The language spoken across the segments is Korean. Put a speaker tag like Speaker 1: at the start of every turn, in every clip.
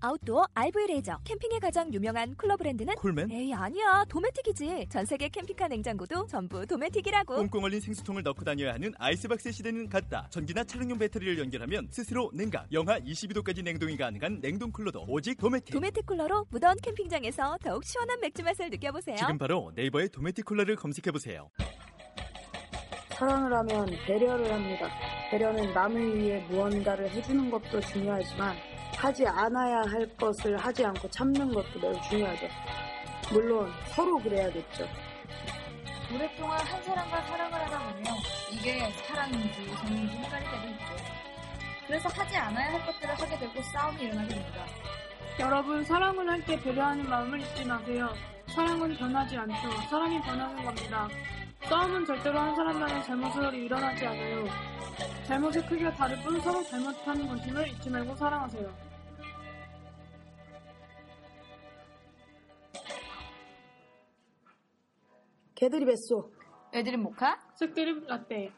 Speaker 1: 아웃도어 RV 레저 캠핑에 가장 유명한 쿨러 브랜드는
Speaker 2: 콜맨?
Speaker 1: 에이 아니야 도메틱이지 전 세계 캠핑카 냉장고도 전부 도메틱이라고
Speaker 2: 꽁꽁 얼린 생수통을 넣고 다녀야 하는 아이스박스 시대는 갔다. 전기나 차량용 배터리를 연결하면 스스로 냉각, 영하 22도까지 냉동이 가능한 냉동 쿨러도 오직 도메틱.
Speaker 1: 도메틱 쿨러로 무더운 캠핑장에서 더욱 시원한 맥주 맛을 느껴보세요
Speaker 2: 지금 바로 네이버에 도메틱 쿨러를 검색해보세요.
Speaker 3: 사랑을 하면 배려를 합니다. 배려는 남을 위해 무언가를 해주는 것도 중요하지만 하지 않아야 할 것을 하지 않고 참는 것도 매우 중요하죠. 물론 서로 그래야겠죠.
Speaker 4: 오랫동안 한 사람과 사랑을 하다 보면 이게 사랑인지 정인지 헷갈릴 때도 있죠. 그래서 하지 않아야 할 것들을 하게 되고 싸움이 일어나게 됩니다.
Speaker 5: 여러분 사랑을 할 때 배려하는 마음을 잊지 마세요. 사랑은 변하지 않죠. 사람이 변하는 겁니다. 싸움은 절대로 한 사람 만의 잘못으로 일어나지 않아요. 잘못의 크기가 다를 뿐 서로 잘못하는 것임을 잊지 말고 사랑하세요.
Speaker 3: 개들이 뱃소.
Speaker 4: 애들은 모카?
Speaker 5: 쓱드립 라떼.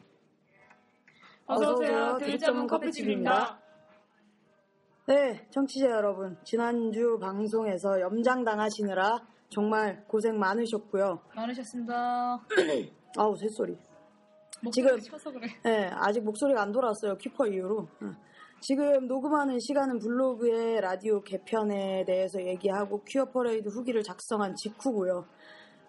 Speaker 3: 어서오세요.
Speaker 5: 어서오세요.
Speaker 3: 드립전문
Speaker 5: 드립전문 커피집입니다.
Speaker 3: 네, 청취자 여러분. 지난주 방송에서 염장당하시느라 정말 고생 많으셨고요.
Speaker 4: 많으셨습니다.
Speaker 3: 아우, 새소리.
Speaker 4: 목소리 쳐서 그래.
Speaker 3: 네, 아직 목소리가 안 돌아왔어요. 키퍼 이후로. 응. 지금 녹음하는 시간은 블로그의 라디오 개편에 대해서 얘기하고 퀴어 퍼레이드 후기를 작성한 직후고요.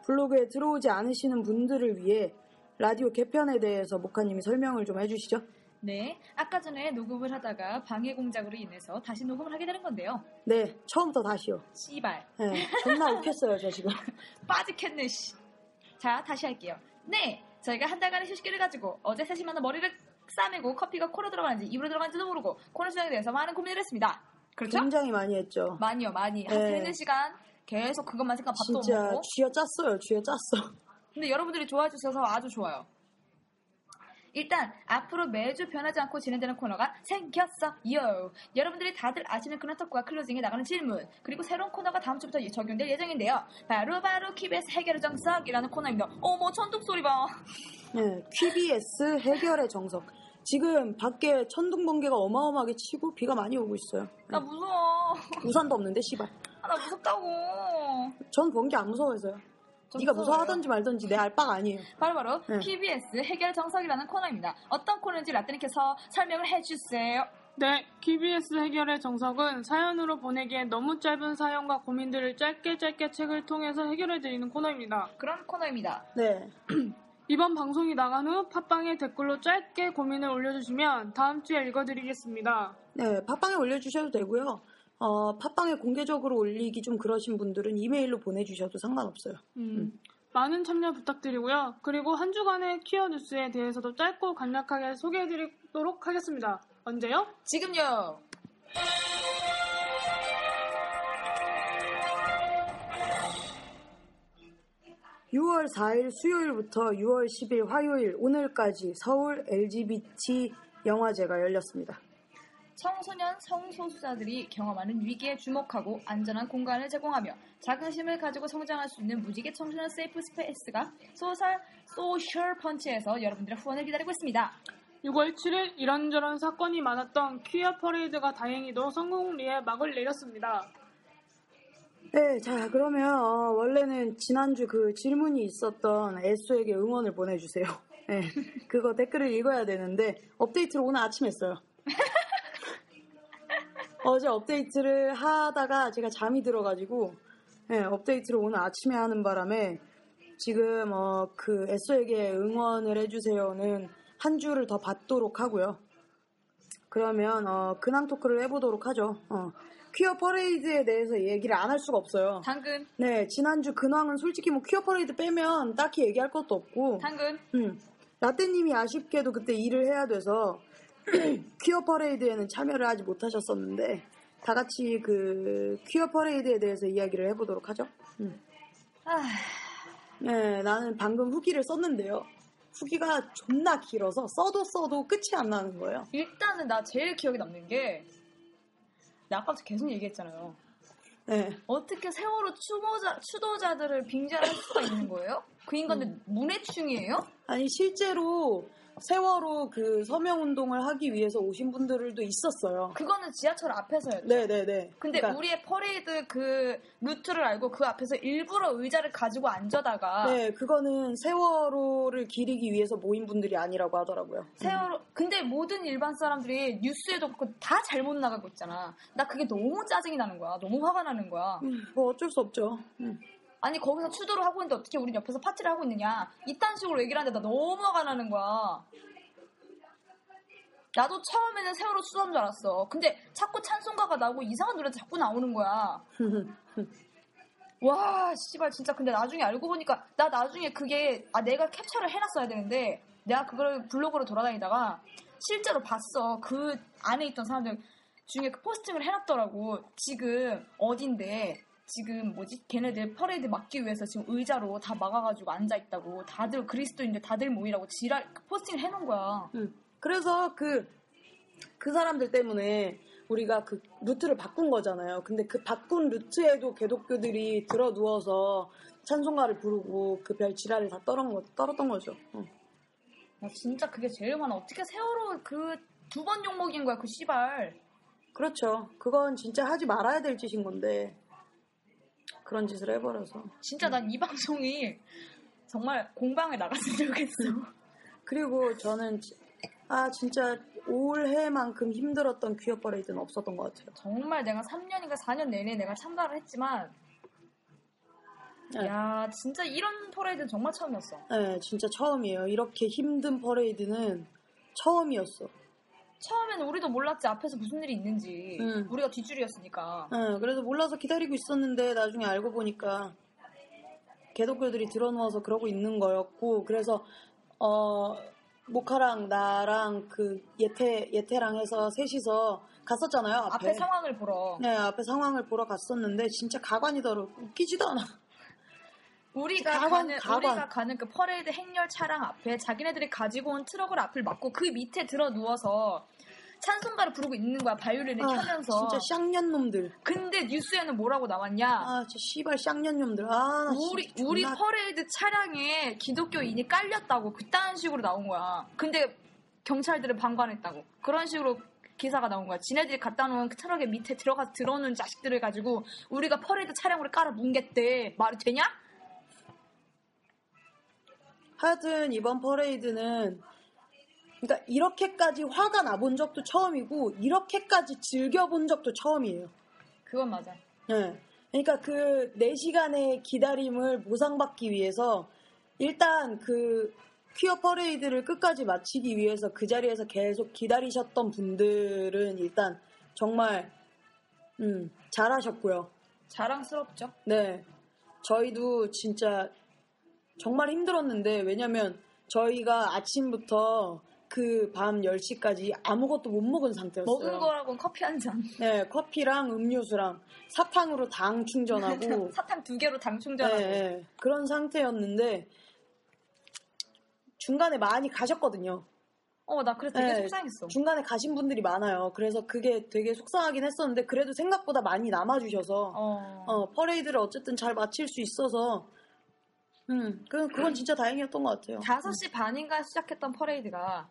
Speaker 3: 블로그에 들어오지 않으시는 분들을 위해 라디오 개편에 대해서 목하님이 설명을 좀 해주시죠.
Speaker 4: 네, 아까 전에 녹음을 하다가 방해 공작으로 인해서 다시 녹음을 하게 되는 건데요.
Speaker 3: 네, 처음부터 다시요.
Speaker 4: 씨발,
Speaker 3: 네, 존나 웃겼어요, 저 지금.
Speaker 4: 빠지겠네, 씨. 자, 다시 할게요. 네, 저희가 한 달간의 휴식기를 가지고 어제 세심한 머리를 싸매고 커피가 코로 들어가는지 입으로 들어가는지도 모르고 코너 수영에 대해서 많은 고민을 했습니다. 그렇죠?
Speaker 3: 굉장히 많이 했죠.
Speaker 4: 많이요, 많이. 한
Speaker 3: 네.
Speaker 4: 세는 시간 계속 그것만 생각 밥도 안
Speaker 3: 진짜
Speaker 4: 먹고.
Speaker 3: 쥐어 짰어요, 쥐어 짰어.
Speaker 4: 근데 여러분들이 좋아해 주셔서 아주 좋아요. 일단 앞으로 매주 변하지 않고 진행되는 코너가 생겼어 요 여러분들이 다들 아시는 그런 토크와 클로징에 나가는 질문 그리고 새로운 코너가 다음 주부터 적용될 예정인데요 바로바로 KBS 해결의 정석이라는 코너입니다 어머 뭐 천둥 소리 봐
Speaker 3: 네, QBS 해결의 정석. 지금 밖에 천둥 번개가 어마어마하게 치고 비가 많이 오고 있어요.
Speaker 4: 나 무서워
Speaker 3: 우산도 없는데 씨발.
Speaker 4: 아, 나 무섭다고
Speaker 3: 전 번개 안 무서워서요.
Speaker 4: 전
Speaker 3: 네가
Speaker 4: 무서워요.
Speaker 3: 무서워하던지 말던지 내 알바가 아니에요.
Speaker 4: 바로바로
Speaker 3: 네.
Speaker 4: KBS 해결 정석이라는 코너입니다 어떤 코너인지 라떼님께서 설명을 해주세요
Speaker 5: 네, KBS 해결의 정석은 사연으로 보내기에 너무 짧은 사연과 고민들을 짧게 짧게 책을 통해서 해결해드리는 코너입니다.
Speaker 4: 그런 코너입니다
Speaker 3: 네,
Speaker 5: 이번 방송이 나간 후 팟빵에 댓글로 짧게 고민을 올려주시면 다음 주에 읽어드리겠습니다.
Speaker 3: 네 팟빵에 올려주셔도 되고요. 어, 팟빵에 공개적으로 올리기 좀 그러신 분들은 이메일로 보내주셔도 상관없어요.
Speaker 5: 많은 참여 부탁드리고요. 그리고 한 주간의 키어 뉴스에 대해서도 짧고 간략하게 소개해드리도록 하겠습니다. 언제요?
Speaker 4: 지금요
Speaker 3: 음. 6월 4일 수요일부터 6월 10일 화요일 오늘까지 서울 LGBT 영화제가 열렸습니다.
Speaker 4: 청소년 성소수자들이 경험하는 위기에 주목하고 안전한 공간을 제공하며 자긍심을 가지고 성장할 수 있는 무지개 청소년 세이프 스페이스가 소셜 소셜 펀치에서 여러분들의 후원을 기다리고 있습니다.
Speaker 5: 6월 7일 이런저런 사건이 많았던 퀴어 퍼레이드가 다행히도 성공리에 막을 내렸습니다.
Speaker 3: 네, 자 그러면 어, 원래는 지난주 그 질문이 있었던 애수에게 응원을 보내주세요. 네, 그거 댓글을 읽어야 되는데 업데이트를 오늘 아침 했어요. 어제 업데이트를 하다가 제가 잠이 들어가지고 네, 업데이트를 오늘 아침에 하는 바람에 지금 어, 그 애수에게 응원을 해주세요는 한 주를 더 받도록 하고요. 그러면 어, 근황 토크를 해보도록 하죠. 어, 퀴어 퍼레이드에 대해서 얘기를 안 할 수가 없어요.
Speaker 4: 당근,
Speaker 3: 네, 지난주 근황은 솔직히 뭐 퀴어 퍼레이드 빼면 딱히 얘기할 것도 없고,
Speaker 4: 당근.
Speaker 3: 음, 라떼님이 아쉽게도 그때 일을 해야 돼서 퀴어 퍼레이드에는 참여를 하지 못하셨었는데, 다 같이 그 퀴어 퍼레이드에 대해서 이야기를 음. 해보도록 하죠.
Speaker 4: 아,
Speaker 3: 네, 나는 방금 후기를 썼는데요. 후기가 존나 길어서 써도 써도 끝이 안 나는 거예요.
Speaker 4: 일단은 나 제일 기억에 남는 게, 나 아까부터 계속 얘기했잖아요.
Speaker 3: 네.
Speaker 4: 어떻게 세월호 추모자, 추도자들을 빙자할 수가 있는 거예요? 그 인간들 문해충이에요?
Speaker 3: 아니 실제로 세월호 그 서명 운동을 하기 위해서 오신 분들도 있었어요.
Speaker 4: 그거는 지하철 앞에서였죠.
Speaker 3: 네네네.
Speaker 4: 근데
Speaker 3: 그러니까,
Speaker 4: 우리의 퍼레이드 그 루트를 알고 그 앞에서 일부러 의자를 가지고 앉아다가
Speaker 3: 네 그거는 세월호를 기리기 위해서 모인 분들이 아니라고 하더라고요.
Speaker 4: 세월호 근데 모든 일반 사람들이 뉴스에도 그렇고 다 잘못 나가고 있잖아. 나 그게 너무 짜증이 나는 거야. 너무 화가 나는 거야.
Speaker 3: 음, 뭐 어쩔 수 없죠. 음.
Speaker 4: 아니 거기서 추도를 하고 있는데 어떻게 우린 옆에서 파티를 하고 있느냐 이딴 식으로 얘기를 하는데 나 너무 화가 나는 거야 나도 처음에는 세월호 추도한 줄 알았어 근데 자꾸 찬송가가 나오고 이상한 노래 자꾸 나오는 거야 와 씨발 진짜 근데 나중에 알고 보니까 나 나중에 그게 아 내가 캡처를 해놨어야 되는데 내가 그걸 블로그로 돌아다니다가 실제로 봤어 그 안에 있던 사람들 중에 그 포스팅을 해놨더라고 지금 어딘데 지금 뭐지 걔네들 퍼레이드 막기 위해서 지금 의자로 다 막아가지고 앉아 있다고 다들 그리스도인데 다들 모이라고 지랄 그 포스팅을 해놓은 거야
Speaker 3: 그래서 그 그 사람들 때문에 우리가 그 루트를 바꾼 거잖아요. 근데 그 바꾼 루트에도 개독교들이 들어 누워서 찬송가를 부르고 그 별 지랄을 다 떨은 거, 떨었던 거죠. 음.
Speaker 4: 나 진짜 그게 제일 화나 어떻게 세월호 그 두 번 욕먹인 거야 그 씨발
Speaker 3: 그렇죠. 그건 진짜 하지 말아야 될 짓인 건데 그런 짓을 해버려서
Speaker 4: 진짜 난 이 방송이 정말 공방에 나갔으면 좋겠어
Speaker 3: 그리고 저는 지- 아 진짜 올해만큼 힘들었던 귀업 퍼레이드는 없었던 것 같아요.
Speaker 4: 정말 내가 3년인가 4년 내내 내가 참가를 했지만
Speaker 3: 네.
Speaker 4: 야 진짜 이런 퍼레이드 는 정말 처음이었어
Speaker 3: 네, 진짜 처음이에요. 이렇게 힘든 퍼레이드는 처음이었어.
Speaker 4: 처음에는 우리도 몰랐지 앞에서 무슨 일이 있는지
Speaker 3: 음.
Speaker 4: 우리가 뒷줄이었으니까
Speaker 3: 네, 그래서 몰라서 기다리고 있었는데 나중에 알고 보니까 개독교들이 들어누워서 그러고 있는 거였고 그래서 어 모카랑 나랑 그 예태 예태랑 해서 셋이서 갔었잖아요.
Speaker 4: 앞에 상황을 보러
Speaker 3: 네, 앞에 상황을 보러 갔었는데 진짜 가관이더라고 웃기지도 않아.
Speaker 4: 우리가
Speaker 3: 가관,
Speaker 4: 가는
Speaker 3: 가관.
Speaker 4: 우리가 가는 그 퍼레이드 행렬 차량 앞에 자기네들이 가지고 온 트럭을 앞을 막고 그 밑에 들어 누워서 찬송가를 부르고 있는 거야 바이올린을
Speaker 3: 아,
Speaker 4: 켜면서
Speaker 3: 진짜 쌍년 놈들.
Speaker 4: 근데 뉴스에는 뭐라고 나왔냐
Speaker 3: 아, 저 씨발 쌍년 놈들. 아, 나
Speaker 4: 우리
Speaker 3: 진짜
Speaker 4: 우리
Speaker 3: 존나-
Speaker 4: 퍼레이드 차량에 기독교인이 깔렸다고 그딴 식으로 나온 거야 근데 경찰들은 방관했다고 그런 식으로 기사가 나온 거야. 지네들이 갖다 놓은 그 트럭에 밑에 들어가서 들어오는 자식들을 가지고 우리가 퍼레이드 차량으로 깔아 뭉갰대. 말이 되냐?
Speaker 3: 하여튼 이번 퍼레이드는 그러니까 이렇게까지 화가 나 본 적도 처음이고 이렇게까지 즐겨 본 적도 처음이에요.
Speaker 4: 그건 맞아.
Speaker 3: 네. 그러니까 그 4시간의 기다림을 보상받기 위해서 일단 그 퀴어 퍼레이드를 끝까지 마치기 위해서 그 자리에서 계속 기다리셨던 분들은 일단 정말 음, 잘하셨고요.
Speaker 4: 자랑스럽죠.
Speaker 3: 네. 저희도 진짜 정말 힘들었는데 왜냐면 저희가 아침부터 그 밤 10시까지 아무것도 못 먹은 상태였어요.
Speaker 4: 먹은 거라고는 커피 한 잔.
Speaker 3: 네, 커피랑 음료수랑 사탕으로 당 충전하고
Speaker 4: 사탕 두 개로 당 충전하고.
Speaker 3: 네, 네. 그런 상태였는데 중간에 많이 가셨거든요.
Speaker 4: 어, 나 그래서 되게
Speaker 3: 네.
Speaker 4: 속상했어.
Speaker 3: 중간에 가신 분들이 많아요. 그래서 그게 되게 속상하긴 했었는데 그래도 생각보다 많이 남아주셔서
Speaker 4: 어.
Speaker 3: 어, 퍼레이드를 어쨌든 잘 마칠 수 있어서 음, 그, 그건 진짜 다행이었던 것 같아요.
Speaker 4: 5시 반인가 시작했던 퍼레이드가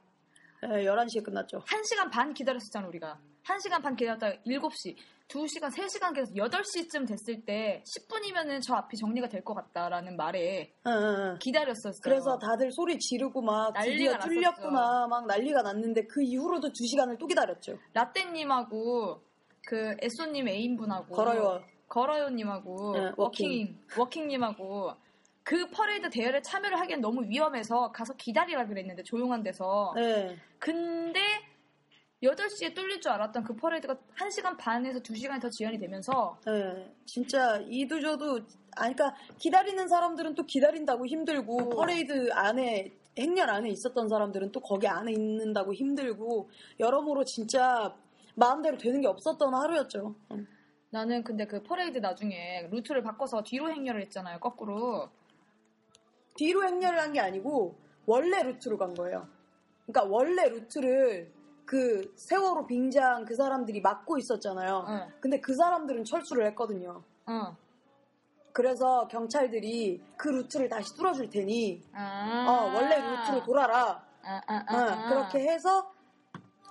Speaker 3: 네, 11시에 끝났죠.
Speaker 4: 1시간 반 기다렸었잖아, 우리가. 1시간 반 기다렸다가 7시, 2시간, 3시간 계속 8시쯤 됐을 때 10분이면은 저 앞이 정리가 될 것 같다라는 말에
Speaker 3: 응, 응, 응.
Speaker 4: 기다렸었어요.
Speaker 3: 그래서 다들 소리 지르고 막 드디어
Speaker 4: 난리가
Speaker 3: 뚫렸구나 막 난리가 났는데 그 이후로도 2시간을 또 기다렸죠.
Speaker 4: 라떼님하고 그 에쏘님 애인분하고
Speaker 3: 걸어요.
Speaker 4: 걸어요님하고
Speaker 3: 네,
Speaker 4: 워킹
Speaker 3: 워킹.
Speaker 4: 워킹님하고 그 퍼레이드 대회를 참여를 하기엔 너무 위험해서 가서 기다리라 그랬는데 조용한 데서
Speaker 3: 네.
Speaker 4: 근데 8시에 뚫릴 줄 알았던 그 퍼레이드가 1시간 반에서 2시간이 더 지연이 되면서
Speaker 3: 네, 진짜 이도저도 아니 그러니까 기다리는 사람들은 또 기다린다고 힘들고 퍼레이드 안에 행렬 안에 있었던 사람들은 또 거기 안에 있는다고 힘들고 여러모로 진짜 마음대로 되는 게 없었던 하루였죠. 음.
Speaker 4: 나는 근데 그 퍼레이드 나중에 루트를 바꿔서 뒤로 행렬을 했잖아요 거꾸로
Speaker 3: 뒤로 행렬을 한 게 아니고 원래 루트로 간 거예요. 그러니까 원래 루트를 그 세월호 빙장 그 사람들이 막고 있었잖아요.
Speaker 4: 응.
Speaker 3: 근데 그 사람들은 철수를 했거든요.
Speaker 4: 응.
Speaker 3: 그래서 경찰들이 그 루트를 다시 뚫어줄 테니
Speaker 4: 아.
Speaker 3: 어, 원래 루트로 돌아라.
Speaker 4: 아, 아, 아,
Speaker 3: 어,
Speaker 4: 아.
Speaker 3: 그렇게 해서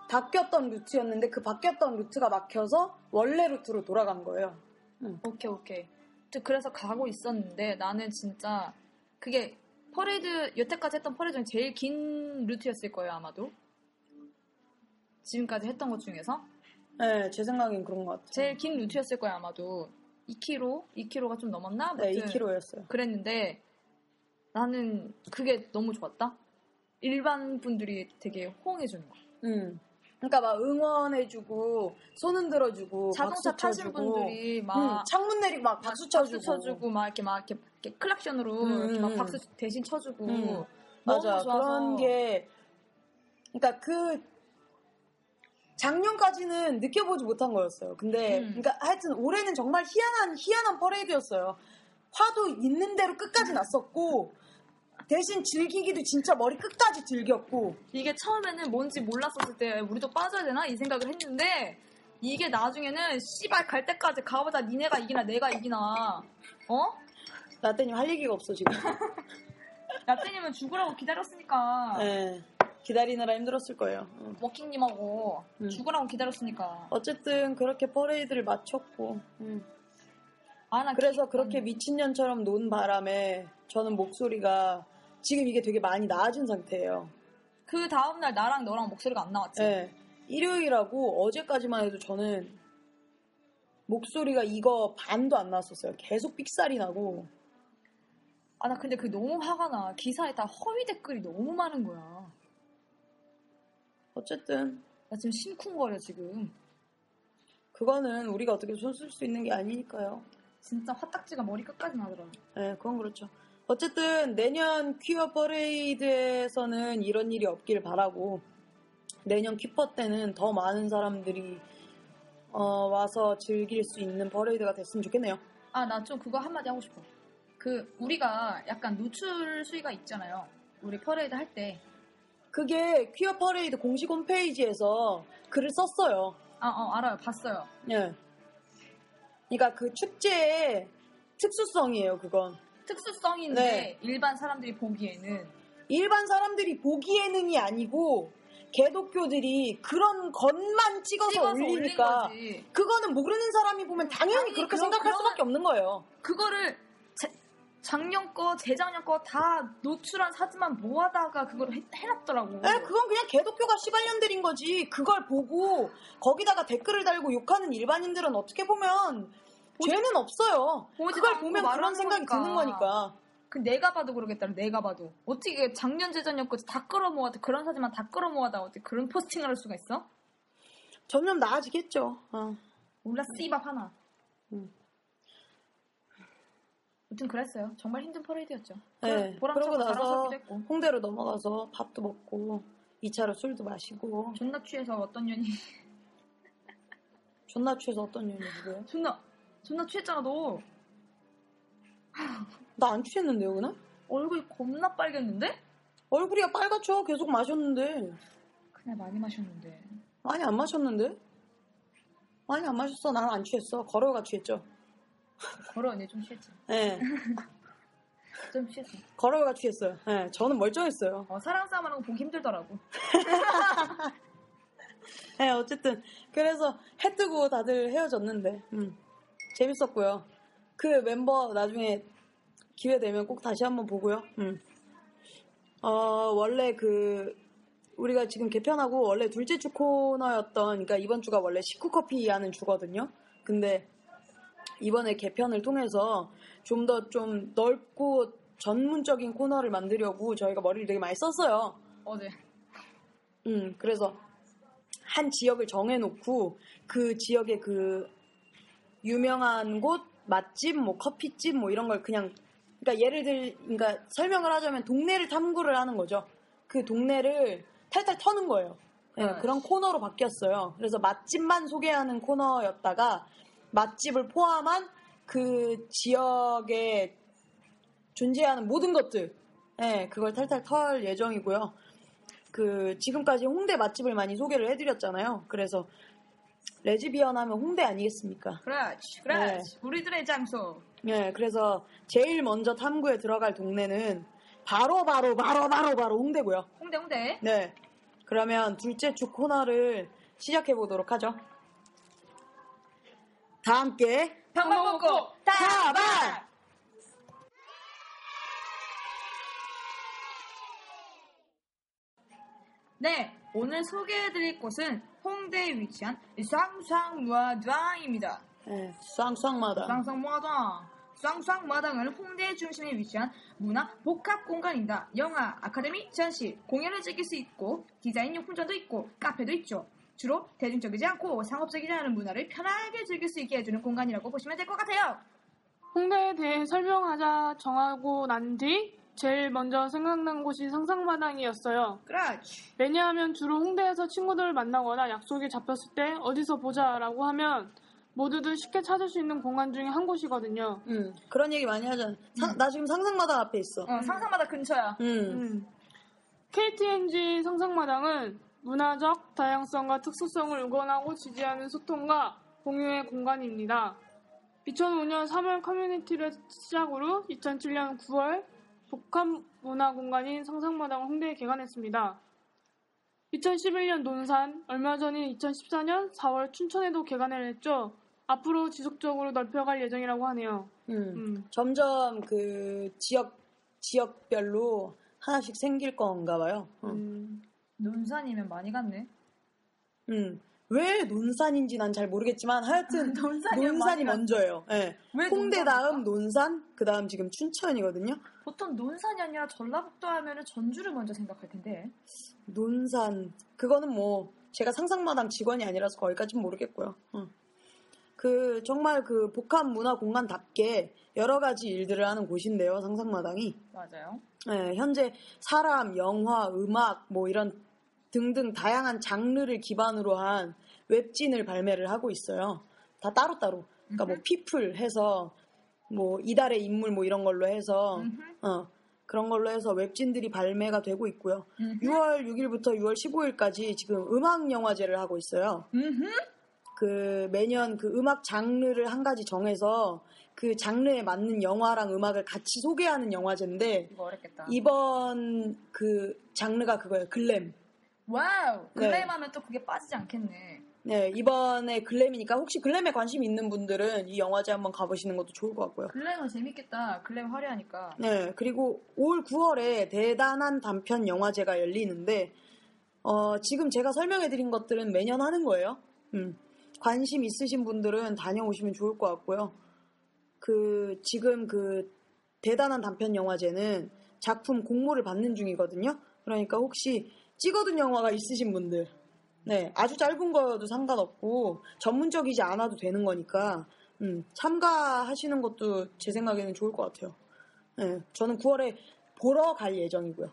Speaker 3: 바뀌었던 루트였는데 그 바뀌었던 루트가 막혀서 원래 루트로 돌아간 거예요.
Speaker 4: 오케이 오케이. 저 그래서 가고 있었는데 나는 진짜 그게 퍼레이드 여태까지 했던 퍼레이드 중에 제일 긴 루트였을 거예요 아마도. 지금까지 했던 것 중에서
Speaker 3: 네, 제 생각엔 그런 것 같아요.
Speaker 4: 제일 긴 루트였을 거예요 아마도. 2km, 2km가 좀 넘었나?
Speaker 3: 네,
Speaker 4: 아무튼
Speaker 3: 2km였어요.
Speaker 4: 그랬는데 나는 그게 너무 좋았다. 일반 분들이 되게 호응해 주는 거.
Speaker 3: 음. 그러니까 막 응원해주고 손 흔들어주고
Speaker 4: 자동차
Speaker 3: 뭐 박수
Speaker 4: 타신
Speaker 3: 쳐주고.
Speaker 4: 분들이 막
Speaker 3: 음, 창문 내리고 막 박수 쳐주고,
Speaker 4: 막 이렇게 막 이렇게, 이렇게 클락션으로
Speaker 3: 음,
Speaker 4: 이렇게 막
Speaker 3: 음.
Speaker 4: 박수 대신 쳐주고
Speaker 3: 음.
Speaker 4: 너무
Speaker 3: 맞아
Speaker 4: 좋아서
Speaker 3: 그런 게 그러니까 그 작년까지는 느껴보지 못한 거였어요. 근데
Speaker 4: 음.
Speaker 3: 그러니까 하여튼 올해는 정말 희한한 희한한 퍼레이드였어요. 화도 있는 대로 끝까지 났었고 대신 즐기기도 진짜 머리 끝까지 즐겼고
Speaker 4: 이게 처음에는 뭔지 몰랐었을 때 우리도 빠져야 되나 이 생각을 했는데 이게 나중에는 씨발 갈 때까지 가보자 니네가 이기나 내가 이기나 어?
Speaker 3: 라떼님 할 얘기가 없어 지금.
Speaker 4: 라떼님은 죽으라고 기다렸으니까
Speaker 3: 네. 기다리느라 힘들었을 거예요. 음.
Speaker 4: 워킹님하고
Speaker 3: 음.
Speaker 4: 죽으라고 기다렸으니까
Speaker 3: 어쨌든 그렇게 퍼레이드를 마쳤고 음.
Speaker 4: 아, 나
Speaker 3: 그래서
Speaker 4: 기-
Speaker 3: 그렇게 미친년처럼 논 바람에 저는 목소리가 지금 이게 되게 많이 나아진 상태예요.
Speaker 4: 그 다음날 나랑 너랑 목소리가 안 나왔지
Speaker 3: 예. 일요일하고 어제까지만 해도 저는 목소리가 이거 반도 안 나왔었어요. 계속 삑살이 나고.
Speaker 4: 아 나 근데 그 너무 화가 나 기사에 다 허위 댓글이 너무 많은 거야
Speaker 3: 어쨌든
Speaker 4: 나 지금 심쿵거려 지금
Speaker 3: 그거는 우리가 어떻게 손쓸 수 있는 게 아니니까요.
Speaker 4: 진짜 화딱지가 머리 끝까지 나더라
Speaker 3: 예, 그건 그렇죠. 어쨌든 내년 퀴어 퍼레이드에서는 이런 일이 없길 바라고 내년 퀴퍼 때는 더 많은 사람들이 어, 와서 즐길 수 있는 퍼레이드가 됐으면 좋겠네요.
Speaker 4: 아 나 좀 그거 한마디 하고 싶어 그 우리가 약간 노출 수위가 있잖아요 우리 퍼레이드 할때
Speaker 3: 그게 퀴어 퍼레이드 공식 홈페이지에서 글을 썼어요.
Speaker 4: 아, 어, 알아요. 봤어요.
Speaker 3: 예. 그러니까 그 축제의 특수성이에요, 그건.
Speaker 4: 특수성인데
Speaker 3: 네.
Speaker 4: 일반 사람들이 보기에는
Speaker 3: 일반 사람들이 보기에는이 아니고 개독교들이 그런 것만 찍어서,
Speaker 4: 찍어서 올린
Speaker 3: 올리니까
Speaker 4: 거지.
Speaker 3: 그거는 모르는 사람이 보면 당연히
Speaker 4: 당연히
Speaker 3: 그렇게
Speaker 4: 그런-
Speaker 3: 생각할
Speaker 4: 그런-
Speaker 3: 수밖에 없는 거예요.
Speaker 4: 그거를 제- 작년 거, 재작년 거 다 노출한 사진만 모아다가 그걸 해, 해놨더라고.
Speaker 3: 에, 예, 그건 그냥 개독교가 시발년들인 거지. 그걸 보고 거기다가 댓글을 달고 욕하는 일반인들은 어떻게 보면 죄는 없어요.
Speaker 4: 보지도
Speaker 3: 그걸
Speaker 4: 않고
Speaker 3: 보면 그런
Speaker 4: 말하는
Speaker 3: 생각이
Speaker 4: 거니까.
Speaker 3: 드는 거니까.
Speaker 4: 그 내가 봐도 그러겠다. 내가 봐도 어떻게 작년, 재작년 거 다 끌어모아다 그런 사진만 다 끌어모아다 어떻게 그런 포스팅을 할 수가 있어?
Speaker 3: 점점 나아지겠죠. 어.
Speaker 4: 몰라 씨밥 하나.
Speaker 3: 음.
Speaker 4: 아무튼 그랬어요. 정말 힘든 퍼레이드였죠.
Speaker 3: 네, 그러고
Speaker 4: 보람차고
Speaker 3: 나서
Speaker 4: 자랑스럽기도 했고.
Speaker 3: 홍대로 넘어가서 밥도 먹고 2차로 술도 마시고
Speaker 4: 존나 취해서 어떤 년이
Speaker 3: 존나 취해서 어떤 년이 누구예요?
Speaker 4: 존나 존나 취했잖아 너
Speaker 3: 나 안 취했는데요 그날?
Speaker 4: 얼굴이 겁나 빨겼는데?
Speaker 3: 얼굴이 빨갛죠 계속 마셨는데
Speaker 4: 그날 많이 마셨는데
Speaker 3: 많이 안 마셨는데 많이 안 마셨어 난 안 취했어 걸어가 취했죠
Speaker 4: 걸어 언니 좀 취했지
Speaker 3: 예
Speaker 4: 좀 취했어
Speaker 3: 걸어가 취했어요 예 저는 멀쩡했어요
Speaker 4: 어, 사랑 싸움 하는 거 보기 힘들더라고
Speaker 3: 예 어쨌든 그래서 해 뜨고 다들 헤어졌는데 음 재밌었고요 그 멤버 나중에 기회 되면 꼭 다시 한번 보고요. 음. 어, 원래 그, 우리가 지금 개편하고 원래 둘째 주 코너였던, 그러니까 이번 주가 원래 식후커피 하는 주거든요. 근데 이번에 개편을 통해서 좀 더 좀 넓고 전문적인 코너를 만들려고 저희가 머리를 되게 많이 썼어요.
Speaker 4: 어제
Speaker 3: 음, 그래서 한 지역을 정해놓고 그 지역의 그 유명한 곳, 맛집, 뭐 커피집, 뭐 이런 걸 그냥 그러니까 예를 들, 그러니까 설명을 하자면 동네를 탐구를 하는 거죠. 그 동네를 탈탈 터는 거예요. 예,
Speaker 4: 네.
Speaker 3: 그런 코너로 바뀌었어요. 그래서 맛집만 소개하는 코너였다가 맛집을 포함한 그 지역에 존재하는 모든 것들 네, 그걸 탈탈 털 예정이고요. 그 지금까지 홍대 맛집을 많이 소개를 해드렸잖아요. 그래서 레즈비언 하면 홍대 아니겠습니까?
Speaker 4: 그렇지, 그렇지. 우리들의 장소.
Speaker 3: 네, 그래서 제일 먼저 탐구에 들어갈 동네는 바로 바로 바로 바로 바로 홍대고요.
Speaker 4: 홍대, 홍대.
Speaker 3: 네, 그러면 둘째 주 코너를 시작해 보도록 하죠. 다 함께
Speaker 4: 방방 먹고
Speaker 3: 다방!
Speaker 4: 다방! 네, 오늘 소개해드릴 곳은 홍대에 위치한 쌍쌍마당입니다.
Speaker 3: 네, 쌍쌍마다
Speaker 4: 쌍쌍마당. 쌍쌍마당은 홍대 중심에 위치한 문화 복합 공간입니다. 영화, 아카데미, 전시, 공연을 즐길 수 있고 디자인 용품점도 있고 카페도 있죠. 주로 대중적이지 않고 상업적이지 않은 문화를 편하게 즐길 수 있게 해주는 공간이라고 보시면 될 것 같아요.
Speaker 5: 홍대에 대해 설명하자 정하고 난 뒤 제일 먼저 생각난 곳이 상상마당이었어요.
Speaker 4: 그렇지.
Speaker 5: 왜냐하면 주로 홍대에서 친구들을 만나거나 약속이 잡혔을 때 어디서 보자라고 하면 모두들 쉽게 찾을 수 있는 공간 중에 한 곳이거든요.
Speaker 3: 음, 그런 얘기 많이 하잖아. 상- 나 지금 상상마다 앞에 있어.
Speaker 4: 어, 상상마다 근처야.
Speaker 3: 음,
Speaker 5: KTNG 상상마당은 문화적 다양성과 특수성을 응원하고 지지하는 소통과 공유의 공간입니다. 2005년 3월 커뮤니티를 시작으로 2007년 9월 복합문화공간인 상상마당을 홍대에 개관했습니다. 2011년 논산, 얼마 전인 2014년 4월 춘천에도 개관을 했죠. 앞으로 지속적으로 넓혀갈 예정이라고 하네요.
Speaker 3: 음.
Speaker 5: 음.
Speaker 3: 점점 그 지역 지역별로 하나씩 생길 건가 봐요. 음.
Speaker 5: 음.
Speaker 4: 논산이면 많이 갔네.
Speaker 3: 음. 왜 논산인지 난 잘 모르겠지만 하여튼
Speaker 4: 논산이면
Speaker 3: 논산이
Speaker 4: 많이
Speaker 3: 먼저예요. 예.
Speaker 4: 왜
Speaker 3: 홍대
Speaker 4: 논산일까?
Speaker 3: 다음 논산, 그 다음 지금 춘천이거든요.
Speaker 4: 보통 논산이 아니라 전라북도 하면은 전주를 먼저 생각할 텐데.
Speaker 3: 논산 그거는 뭐 제가 상상마당 직원이 아니라서 거기까지는 모르겠고요. 음. 그 정말 그 복합 문화 공간답게 여러 가지 일들을 하는 곳인데요. 상상마당이.
Speaker 4: 맞아요.
Speaker 3: 네, 현재 사람, 영화, 음악 뭐 이런 등등 다양한 장르를 기반으로 한 웹진을 발매를 하고 있어요. 다 따로따로. 그러니까 뭐 피플 해서 뭐 이달의 인물 뭐 이런 걸로 해서
Speaker 4: 음흠.
Speaker 3: 어, 그런 걸로 해서 웹진들이 발매가 되고 있고요.
Speaker 4: 음흠.
Speaker 3: 6월 6일부터 6월 15일까지 지금 음악 영화제를 하고 있어요.
Speaker 4: 음흠.
Speaker 3: 그 매년 그 음악 장르를 한 가지 정해서 그 장르에 맞는 영화랑 음악을 같이 소개하는 영화제인데
Speaker 4: 이거 어렵겠다.
Speaker 3: 이번 그 장르가 그거예요. 글램.
Speaker 4: 와우!
Speaker 3: 네.
Speaker 4: 글램하면 또 그게 빠지지 않겠네.
Speaker 3: 네, 이번에 글램이니까 혹시 글램에 관심 있는 분들은 이 영화제 한번 가보시는 것도 좋을 것 같고요.
Speaker 4: 글램은 재밌겠다. 글램 화려하니까.
Speaker 3: 네, 그리고 올 9월에 대단한 단편 영화제가 열리는데 어, 지금 제가 설명해드린 것들은 매년 하는 거예요. 음, 관심 있으신 분들은 다녀오시면 좋을 것 같고요. 그 지금 그 대단한 단편 영화제는 작품 공모를 받는 중이거든요. 그러니까 혹시 찍어둔 영화가 있으신 분들, 네, 아주 짧은 거여도 상관없고 전문적이지 않아도 되는 거니까 음, 참가하시는 것도 제 생각에는 좋을 것 같아요. 네, 저는 9월에 보러 갈 예정이고요.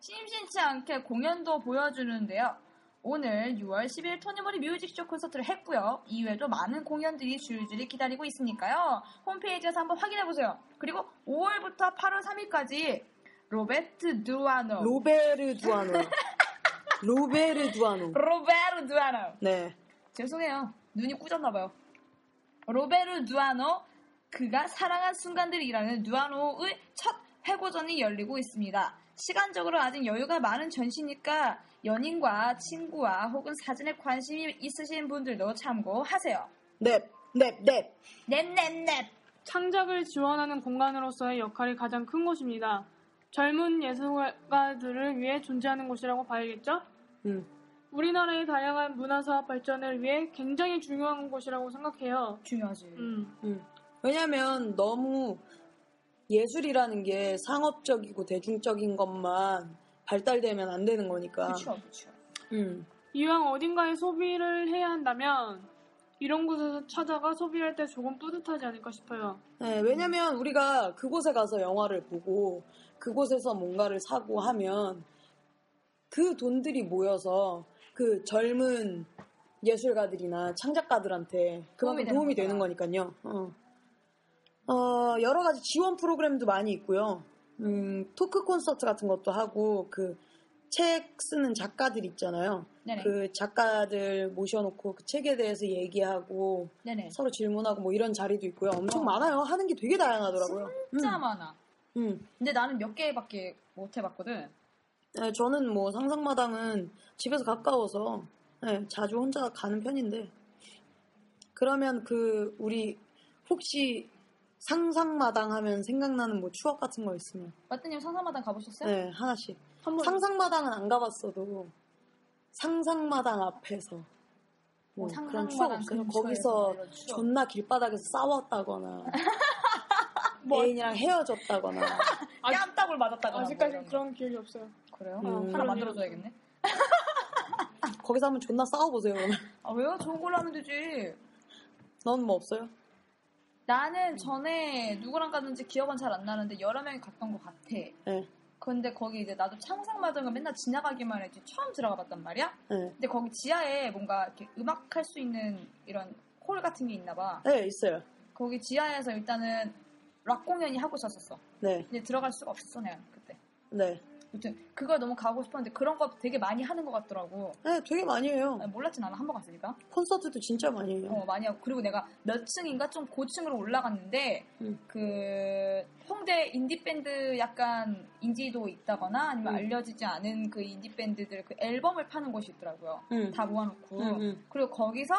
Speaker 4: 심심치 않게 공연도 보여주는데요. 오늘 6월 10일 토니모리 뮤직쇼 콘서트를 했고요. 이외에도 많은 공연들이 줄줄이 기다리고 있으니까요. 홈페이지에서 한번 확인해보세요. 그리고 5월부터 8월 3일까지 로베트 두아노.
Speaker 3: 로베르 두아노. 로베르 두아노.
Speaker 4: 로베르 두아노.
Speaker 3: 네.
Speaker 4: 죄송해요. 눈이 꾸졌나봐요. 로베르 누아노, 그가 사랑한 순간들이라는 누아노의 첫 회고전이 열리고 있습니다. 시간적으로 아직 여유가 많은 전시니까 연인과 친구와 혹은 사진에 관심이 있으신 분들도 참고하세요.
Speaker 3: 넵, 넵, 넵.
Speaker 4: 넵넵넵!
Speaker 5: 창작을 지원하는 공간으로서의 역할이 가장 큰 곳입니다. 젊은 예술가들을 위해 존재하는 곳이라고 봐야겠죠?
Speaker 3: 음,
Speaker 5: 우리나라의 다양한 문화사업 발전을 위해 굉장히 중요한 곳이라고 생각해요.
Speaker 4: 중요하지.
Speaker 5: 음,
Speaker 3: 음. 왜냐면 너무 예술이라는 게 상업적이고 대중적인 것만 발달되면 안 되는 거니까.
Speaker 4: 그쵸, 그쵸.
Speaker 3: 음.
Speaker 5: 이왕 어딘가에 소비를 해야 한다면 이런 곳에서 찾아가 소비할 때 조금 뿌듯하지 않을까 싶어요.
Speaker 3: 네, 왜냐면 우리가 그곳에 가서 영화를 보고 그곳에서 뭔가를 사고 하면 그 돈들이 모여서 그 젊은 예술가들이나 창작가들한테 그만큼 도움이
Speaker 4: 도움이
Speaker 3: 되는
Speaker 4: 되는
Speaker 3: 거니까요. 어. 어, 여러 가지 지원 프로그램도 많이 있고요. 음, 토크 콘서트 같은 것도 하고 그 책 쓰는 작가들 있잖아요.
Speaker 4: 네네.
Speaker 3: 그 작가들 모셔놓고 그 책에 대해서 얘기하고
Speaker 4: 네네.
Speaker 3: 서로 질문하고 뭐 이런 자리도 있고요. 엄청
Speaker 4: 어.
Speaker 3: 많아요. 하는 게 되게 다양하더라고요.
Speaker 4: 진짜 많아.
Speaker 3: 음, 음.
Speaker 4: 근데 나는 몇 개밖에 못 해봤거든.
Speaker 3: 네, 저는 뭐 상상마당은 집에서 가까워서 네, 자주 혼자 가는 편인데 그러면 그 우리 혹시 상상마당 하면 생각나는 뭐 추억 같은 거 있으면
Speaker 4: 마트님 상상마당 가보셨어요?
Speaker 3: 네 하나씩
Speaker 4: 한 번.
Speaker 3: 상상마당은 안 가봤어도 상상마당 앞에서 뭐 그런 추억
Speaker 4: 상상마당
Speaker 3: 없어요?
Speaker 4: 근처에서
Speaker 3: 거기서
Speaker 4: 이런 추억.
Speaker 3: 존나 길바닥에서 싸웠다거나
Speaker 5: 뭐-
Speaker 3: 애인이랑 헤어졌다거나
Speaker 5: 아직-
Speaker 4: 뺨따구를 맞았다거나.
Speaker 5: 아직까지 네.
Speaker 4: 뭐 이런
Speaker 5: 그런 기억이 없어요.
Speaker 4: 거. 그래요? 아,
Speaker 3: 음.
Speaker 4: 하나 만들어줘야겠네.
Speaker 3: 거기서 한번 존나 싸워보세요
Speaker 4: 아 왜요? 좋은 걸로 하면 되지.
Speaker 3: 넌 뭐 없어요?
Speaker 4: 나는 전에 누구랑 갔는지 기억은 잘 안 나는데 여러 명이 갔던 것 같아.
Speaker 3: 네.
Speaker 4: 근데 거기 이제 나도 창상마당을 맨날 지나가기만 했지 처음 들어가 봤단 말이야.
Speaker 3: 네.
Speaker 4: 근데 거기 지하에 뭔가 이렇게 음악 할 수 있는 이런 홀 같은 게 있나 봐.
Speaker 3: 네 있어요
Speaker 4: 거기 지하에서 일단은 락 공연이 하고 있었었어.
Speaker 3: 네
Speaker 4: 근데 들어갈 수가 없었어 내가 그때.
Speaker 3: 네.
Speaker 4: 아무튼 그걸 너무 가고 싶었는데 그런 거 되게 많이 하는 것 같더라고.
Speaker 3: 네, 되게 많이 해요.
Speaker 4: 아니, 몰랐지 나는 한 번 갔으니까.
Speaker 3: 콘서트도 진짜 많이 해요.
Speaker 4: 어, 많이 하고. 그리고 내가 몇 층인가 좀 고층으로 올라갔는데,
Speaker 3: 음.
Speaker 4: 그, 홍대 인디밴드 약간 인지도 있다거나 아니면
Speaker 3: 음.
Speaker 4: 알려지지 않은 그 인디밴드들 그 앨범을 파는 곳이 있더라고요.
Speaker 3: 응.
Speaker 4: 다 뭐. 모아놓고.
Speaker 3: 응, 응.
Speaker 4: 그리고 거기서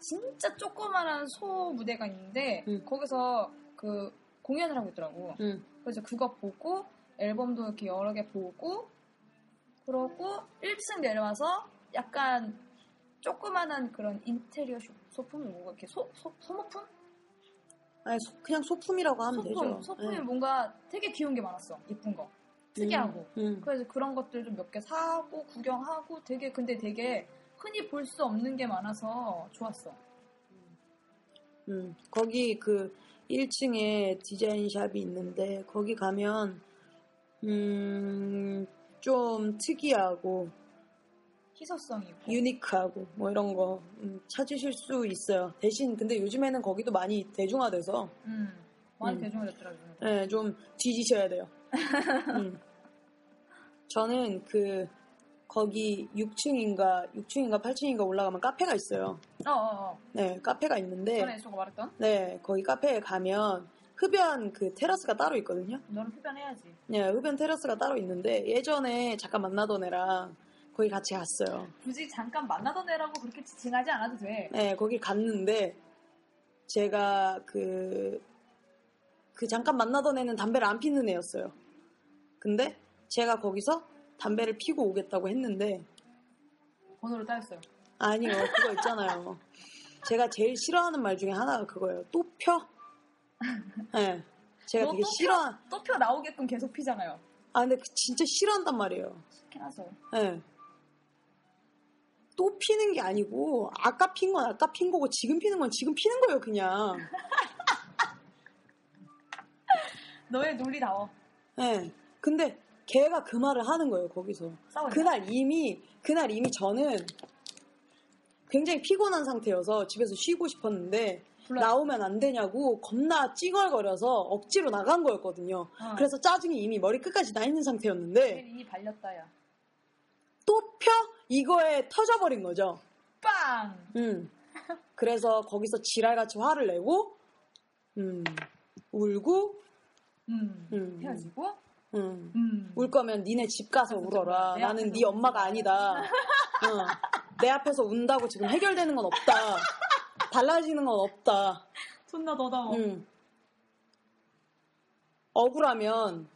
Speaker 4: 진짜 조그만한 소 무대가 있는데,
Speaker 3: 음.
Speaker 4: 거기서 그 공연을 하고 있더라고.
Speaker 3: 응.
Speaker 4: 그래서 그거 보고, 앨범도 이렇게 여러 개 보고, 그러고 1층 내려와서 약간 조그만한 그런 인테리어 쇼- 소품, 뭐 이렇게 소, 소, 소모품?
Speaker 3: 아니, 소- 그냥 소품이라고 하면
Speaker 4: 소품,
Speaker 3: 아, 되죠. 네.
Speaker 4: 소품이 뭔가 되게 귀여운 게 많았어. 예쁜 거. 특이하고.
Speaker 3: 네. 응.
Speaker 4: 그래서 그런 것들 좀 몇 개 사고, 구경하고, 되게, 근데 되게 흔히 볼 수 없는 게 많아서 좋았어.
Speaker 3: 응. 거기 그 1층에 디자인 샵이 있는데 거기 가면 음, 좀 특이하고
Speaker 4: 희소성이 있고.
Speaker 3: 유니크하고 뭐 이런 거 음, 찾으실 수 있어요. 대신 근데 요즘에는 거기도 많이 대중화돼서
Speaker 4: 음, 많이
Speaker 3: 음.
Speaker 4: 대중화됐더라고요.
Speaker 3: 네, 좀 뒤지셔야 돼요. 음. 저는 그 거기 6층인가 6층인가 8층인가 올라가면 카페가 있어요.
Speaker 4: 어, 어, 어.
Speaker 3: 네, 카페가 있는데
Speaker 4: 전에 저거 말했던?
Speaker 3: 네, 거기 카페에 가면 흡연 그 테라스가 따로 있거든요.
Speaker 4: 너는 흡연해야지.
Speaker 3: 네, 흡연 테라스가 따로 있는데 예전에 잠깐 만나던 애랑 거기 같이 갔어요.
Speaker 4: 굳이 잠깐 만나던 애라고 그렇게 지칭하지 않아도 돼.
Speaker 3: 네, 거기 갔는데 제가 그, 그 잠깐 만나던 애는 담배를 안 피는 애였어요. 근데 제가 거기서 담배를 피고 오겠다고 했는데
Speaker 4: 번호를 따였어요.
Speaker 3: 아니요, 뭐 그거 있잖아요. 제가 제일 싫어하는 말 중에 하나가 그거예요. 또 펴? 네, 제가
Speaker 4: 너
Speaker 3: 되게
Speaker 4: 뭐 또
Speaker 3: 싫어.
Speaker 4: 또 표 나오게끔 계속 피잖아요.
Speaker 3: 아, 근데 그 진짜 싫어한단 말이에요.
Speaker 4: 시킨 하죠.
Speaker 3: 예. 또 피는 게 아니고 아까 핀 건 아까 핀 거고 지금 피는 건 지금 피는 거예요 그냥.
Speaker 4: 너의 논리다워.
Speaker 3: 예. 근데 걔가 그 말을 하는 거예요 거기서.
Speaker 4: 싸워.
Speaker 3: 그날 이미 그날 이미 저는 굉장히 피곤한 상태여서 집에서 쉬고 싶었는데
Speaker 4: 불러.
Speaker 3: 나오면 안 되냐고 겁나 찡얼거려서 억지로 나간 거였거든요.
Speaker 4: 어. 네.
Speaker 3: 그래서 짜증이 이미 머리 끝까지 나 있는 상태였는데
Speaker 4: 이미 발렸다야.
Speaker 3: 또 펴? 이거에 터져버린 거죠.
Speaker 4: 빵.
Speaker 3: 음. 그래서 거기서 지랄같이 화를 내고, 음, 울고,
Speaker 4: 음.
Speaker 3: 음.
Speaker 4: 헤어지고.
Speaker 3: 음,
Speaker 4: 음.
Speaker 3: 울 거면 니네 집 가서 울어라.
Speaker 4: 내
Speaker 3: 나는
Speaker 4: 앞에서
Speaker 3: 네 엄마가
Speaker 4: 울지
Speaker 3: 아니다. 어, 내 앞에서 운다고 지금 해결되는 건 없다. 달라지는 건 없다.
Speaker 4: 존나 너다워.
Speaker 3: 음. 억울하면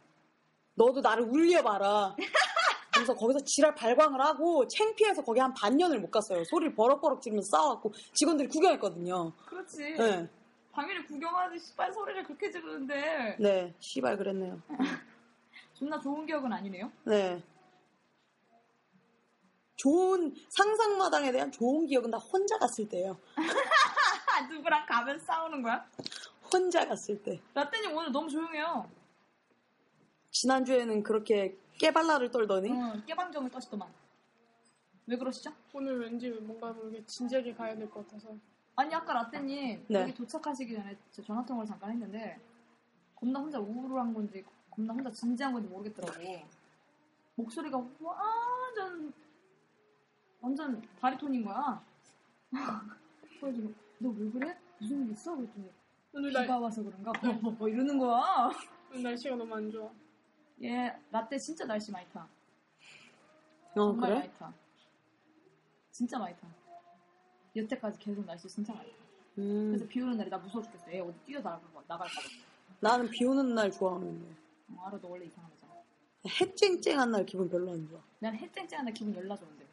Speaker 3: 너도 나를 울려봐라. 그래서 거기서 지랄 발광을 하고 창피해서 거기 한 반년을 못 갔어요. 소리를 버럭버럭 지르면서 싸워갖고 직원들이 구경했거든요.
Speaker 4: 그렇지.
Speaker 3: 네.
Speaker 4: 당연히 구경하듯이 씨발 소리를 그렇게 지르는데
Speaker 3: 네, 씨발 그랬네요.
Speaker 4: 존나 좋은 기억은 아니네요.
Speaker 3: 네. 좋은 상상마당에 대한 좋은 기억은 다 혼자 갔을 때예요.
Speaker 4: 아, 누구랑 가면 싸우는 거야?
Speaker 3: 혼자 갔을 때.
Speaker 4: 라떼님 오늘 너무 조용해요.
Speaker 3: 지난주에는 그렇게 깨발랄을 떨더니
Speaker 4: 응, 어, 깨방정을 떠시더만. 왜 그러시죠?
Speaker 5: 오늘 왠지 뭔가 모르게 진지하게 가야 될 것 같아서.
Speaker 4: 아니 아까 라떼님
Speaker 3: 네.
Speaker 4: 여기 도착하시기 전에 저 전화 통화를 잠깐 했는데 겁나 혼자 우울한 건지 겁나 혼자 진지한 건지 모르겠더라고. 목소리가 완전 완전 바리톤인 거야. 그래가지고 너 왜 그래? 무슨 일 있어? 그랬더니
Speaker 5: 오늘 날,
Speaker 4: 비가 와서 그런가? 뭐 이러는 거야.
Speaker 5: 오늘 날씨가 너무 안 좋아.
Speaker 4: 얘 라떼 진짜 날씨 많이 타.
Speaker 3: 어,
Speaker 4: 정말
Speaker 3: 그래?
Speaker 4: 많이 타. 진짜 많이 타. 여태까지 계속 날씨 진짜 많이 타. 그래서
Speaker 3: 음,
Speaker 4: 비 오는 날이 나 무서워 죽겠어. 얘 어디 뛰어나갈까 봐.
Speaker 3: 나는 비 오는 날 좋아하는데.
Speaker 4: 어, 알아, 너 원래 이상한 거잖아.
Speaker 3: 해쨍쨍한 날 기분 별로 안 좋아.
Speaker 4: 난 해쨍쨍한 날 기분 열나 좋은데.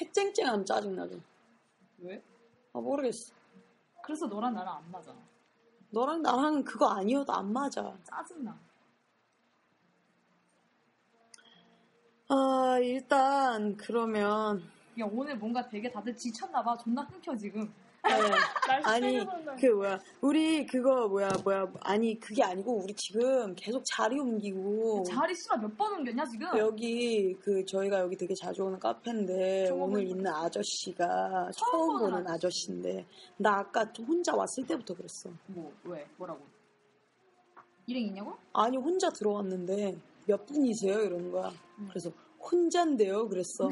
Speaker 3: 해쨍쨍하면 짜증나죠.
Speaker 4: 왜?
Speaker 3: 아, 모르겠어.
Speaker 4: 그래서 너랑 나랑 안 맞아.
Speaker 3: 너랑 나랑 그거 아니어도 안 맞아.
Speaker 4: 짜증나.
Speaker 3: 아, 일단, 그러면,
Speaker 4: 야, 오늘 뭔가 되게 다들 지쳤나봐. 존나 끊겨, 지금.
Speaker 3: 네.
Speaker 5: 날씨
Speaker 3: 아니
Speaker 5: 때문에 그런
Speaker 3: 그 뭐야 우리 그거 뭐야 뭐야 아니 그게 아니고 우리 지금 계속 자리 옮기고
Speaker 4: 자리 씨발 몇 번 옮겼냐, 지금?
Speaker 3: 여기 그 저희가 여기 되게 자주 오는 카페인데
Speaker 5: 처음
Speaker 3: 오늘
Speaker 5: 보는
Speaker 3: 있는 아저씨가 처음
Speaker 4: 보는
Speaker 3: 보는 아저씨인데 나 아까 혼자 왔을 때부터 그랬어
Speaker 4: 뭐, 왜? 뭐라고? 일행 있냐고?
Speaker 3: 아니 혼자 들어왔는데 몇 분이세요 이런 거야
Speaker 4: 음.
Speaker 3: 그래서 혼잔데요 그랬어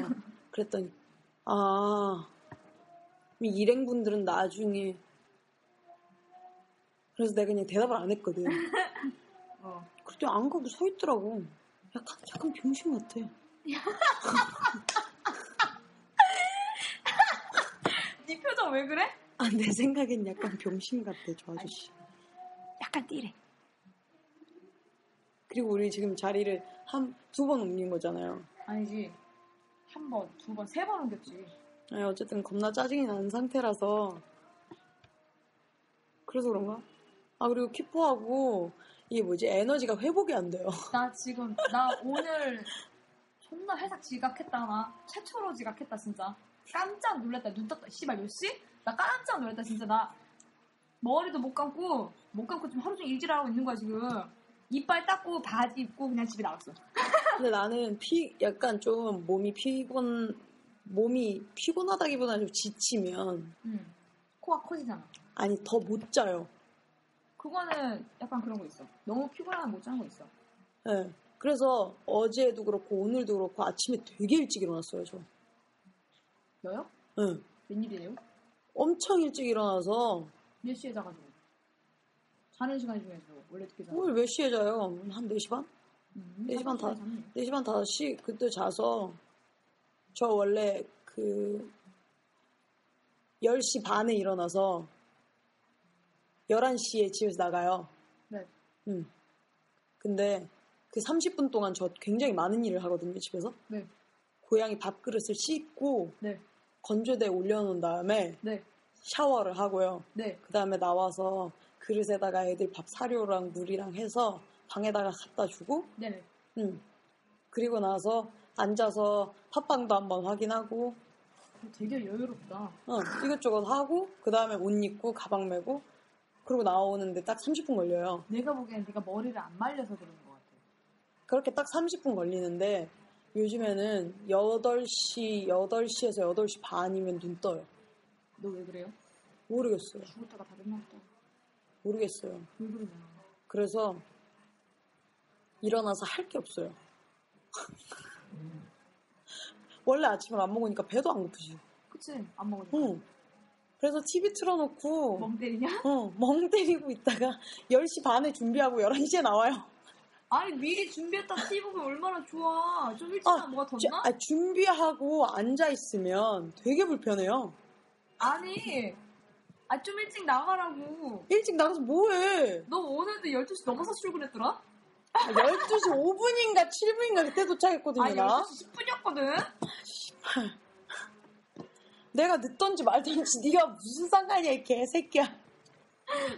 Speaker 3: 그랬더니 아 이 일행분들은 나중에 그래서 내가 그냥 대답을 안 했거든
Speaker 4: 어.
Speaker 3: 그때 안 가고 서 있더라고. 약간, 약간 병신 같아.
Speaker 4: 네 표정 왜 그래?
Speaker 3: 아, 내 생각엔 약간 병신 같아, 저 아저씨.
Speaker 4: 약간 띠래.
Speaker 3: 그리고 우리 지금 자리를 한, 두 번 옮긴 거잖아요.
Speaker 4: 아니지. 한 번, 두 번, 세 번 옮겼지.
Speaker 3: 아니, 네, 어쨌든 겁나 짜증이 난 상태라서. 그래서 그런가? 아, 그리고 키포하고, 이게 뭐지, 에너지가 회복이 안 돼요.
Speaker 4: 나 지금, 나 오늘 존나 회사 지각했다, 나. 최초로 지각했다, 진짜. 깜짝 놀랐다. 눈 떴다. 씨발, 몇 시? 나 깜짝 놀랐다, 진짜. 나 머리도 못 감고, 못 감고 지금 하루 종일 일질하고 있는 거야, 지금. 이빨 닦고, 바지 입고, 그냥 집에 나왔어.
Speaker 3: 근데 나는 피, 약간 좀 몸이 피곤, 몸이 피곤하다기보다는 좀 지치면,
Speaker 4: 응. 코가 커지잖아.
Speaker 3: 아니, 더 못 자요.
Speaker 4: 그거는 약간 그런 거 있어. 너무 피곤하면 못 자는 거 있어.
Speaker 3: 예. 그래서 어제도 그렇고 오늘도 그렇고 아침에 되게 일찍 일어났어요, 저.
Speaker 4: 너요?
Speaker 3: 예.
Speaker 4: 웬일이에요?
Speaker 3: 엄청 일찍 일어나서
Speaker 4: 몇 시에 자가지고? 자는 시간 중에서 원래 늦게 자는
Speaker 3: 오늘 몇 시에 자요? 한 4시 반?
Speaker 4: 음,
Speaker 3: 네 시간 음. 다-
Speaker 4: 자는 거예요.
Speaker 3: 4시 반, 5시 그때 자서 저 원래 그 10시 반에 일어나서 11시에 집에서 나가요.
Speaker 4: 네.
Speaker 3: 음. 근데 그 30분 동안 저 굉장히 많은 일을 하거든요, 집에서.
Speaker 4: 네.
Speaker 3: 고양이 밥그릇을 씻고
Speaker 4: 네.
Speaker 3: 건조대에 올려놓은 다음에
Speaker 4: 네.
Speaker 3: 샤워를 하고요.
Speaker 4: 네.
Speaker 3: 그 다음에 나와서 그릇에다가 애들 밥 사료랑 물이랑 해서 방에다가 갖다 주고,
Speaker 4: 네.
Speaker 3: 음. 그리고 나서 앉아서 팟빵도 한번 확인하고,
Speaker 4: 되게 여유롭다.
Speaker 3: 어, 이것저것 하고, 그 다음에 옷 입고, 가방 메고, 그러고 나오는데 딱 30분 걸려요.
Speaker 4: 내가 보기엔 네가 머리를 안 말려서 그런 것 같아.
Speaker 3: 그렇게 딱 30분 걸리는데, 요즘에는 8시, 8시에서 8시 반이면 눈 떠요.
Speaker 4: 너 왜 그래요?
Speaker 3: 모르겠어요.
Speaker 4: 죽었다가 다른 날다.
Speaker 3: 모르겠어요.
Speaker 4: 왜 그러냐?
Speaker 3: 그래서 일어나서 할 게 없어요. 원래 아침을 안 먹으니까 배도 안 고프지.
Speaker 4: 그치? 안 먹으니까.
Speaker 3: 응. 그래서 TV 틀어놓고 멍,
Speaker 4: 멍 때리냐?
Speaker 3: 멍 때리고 있다가 10시 반에 준비하고 11시에 나와요.
Speaker 4: 아니 미리 준비했다 티 보면 얼마나 좋아. 좀 일찍
Speaker 3: 아,
Speaker 4: 나 뭐가
Speaker 3: 주-
Speaker 4: 덧나?
Speaker 3: 아, 준비하고 앉아있으면 되게 불편해요.
Speaker 4: 아니. 아 좀 일찍 나가라고.
Speaker 3: 일찍 나가서 뭐해. 아,
Speaker 4: 너 오늘도 12시 넘어서 출근했더라?
Speaker 3: 12시 5분인가 7분인가 그때 도착했거든요.
Speaker 4: 아니
Speaker 3: 나.
Speaker 4: 12시 10분이었거든?
Speaker 3: 내가 늦던지 말던지 네가 무슨 상관이야 이 개새끼야.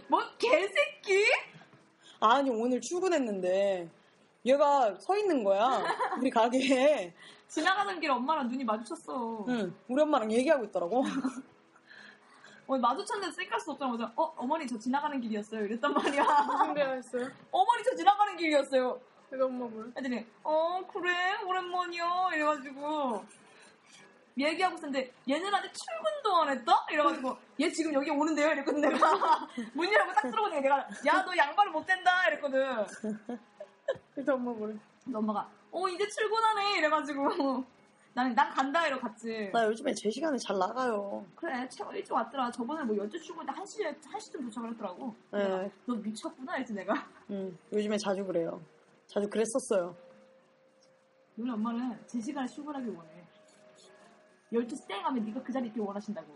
Speaker 4: 뭔 개새끼?
Speaker 3: 아니 오늘 출근했는데 얘가 서 있는 거야 우리 가게에
Speaker 4: 지나가는 길에 엄마랑 눈이 마주쳤어.
Speaker 3: 응, 우리 엄마랑 얘기하고 있더라고
Speaker 4: 오늘 마주쳤는데 쌩깔 수 없잖아. 그래서 어, 어머니 저 지나가는 길이었어요. 이랬단 말이야.
Speaker 5: 무슨 대화 했어요?
Speaker 4: 어머니 저 지나가는 길이었어요.
Speaker 5: 내가 엄마 뭘?
Speaker 4: 애들이 어 그래 오랜만이야 이래가지고 얘기하고 있었는데 얘네한테 출근도 동안 했다? 이래가지고 얘 지금 여기 오는데요? 이랬거든 내가 문 열고 딱 들어오니까 내가 야 너 양말을 못 댄다 이랬거든
Speaker 5: 그래서 엄마 뭐래.
Speaker 4: 근데 엄마가 어 이제 출근하네 이래가지고 나는 난 간다 이러고 갔지
Speaker 3: 나 요즘에 제 시간에 잘 나가요.
Speaker 4: 그래 최고 일찍 왔더라 저번에 뭐 12시 출근인데 1시에 1시쯤 도착을 했더라고
Speaker 3: 네.
Speaker 4: 내가, 너 미쳤구나 했지 내가
Speaker 3: 음, 요즘에 자주 그래요. 자주 그랬었어요.
Speaker 4: 우리 엄마는 제 시간에 출근하길 원해 12시 땡 하면 네가 그 자리 있길 원하신다고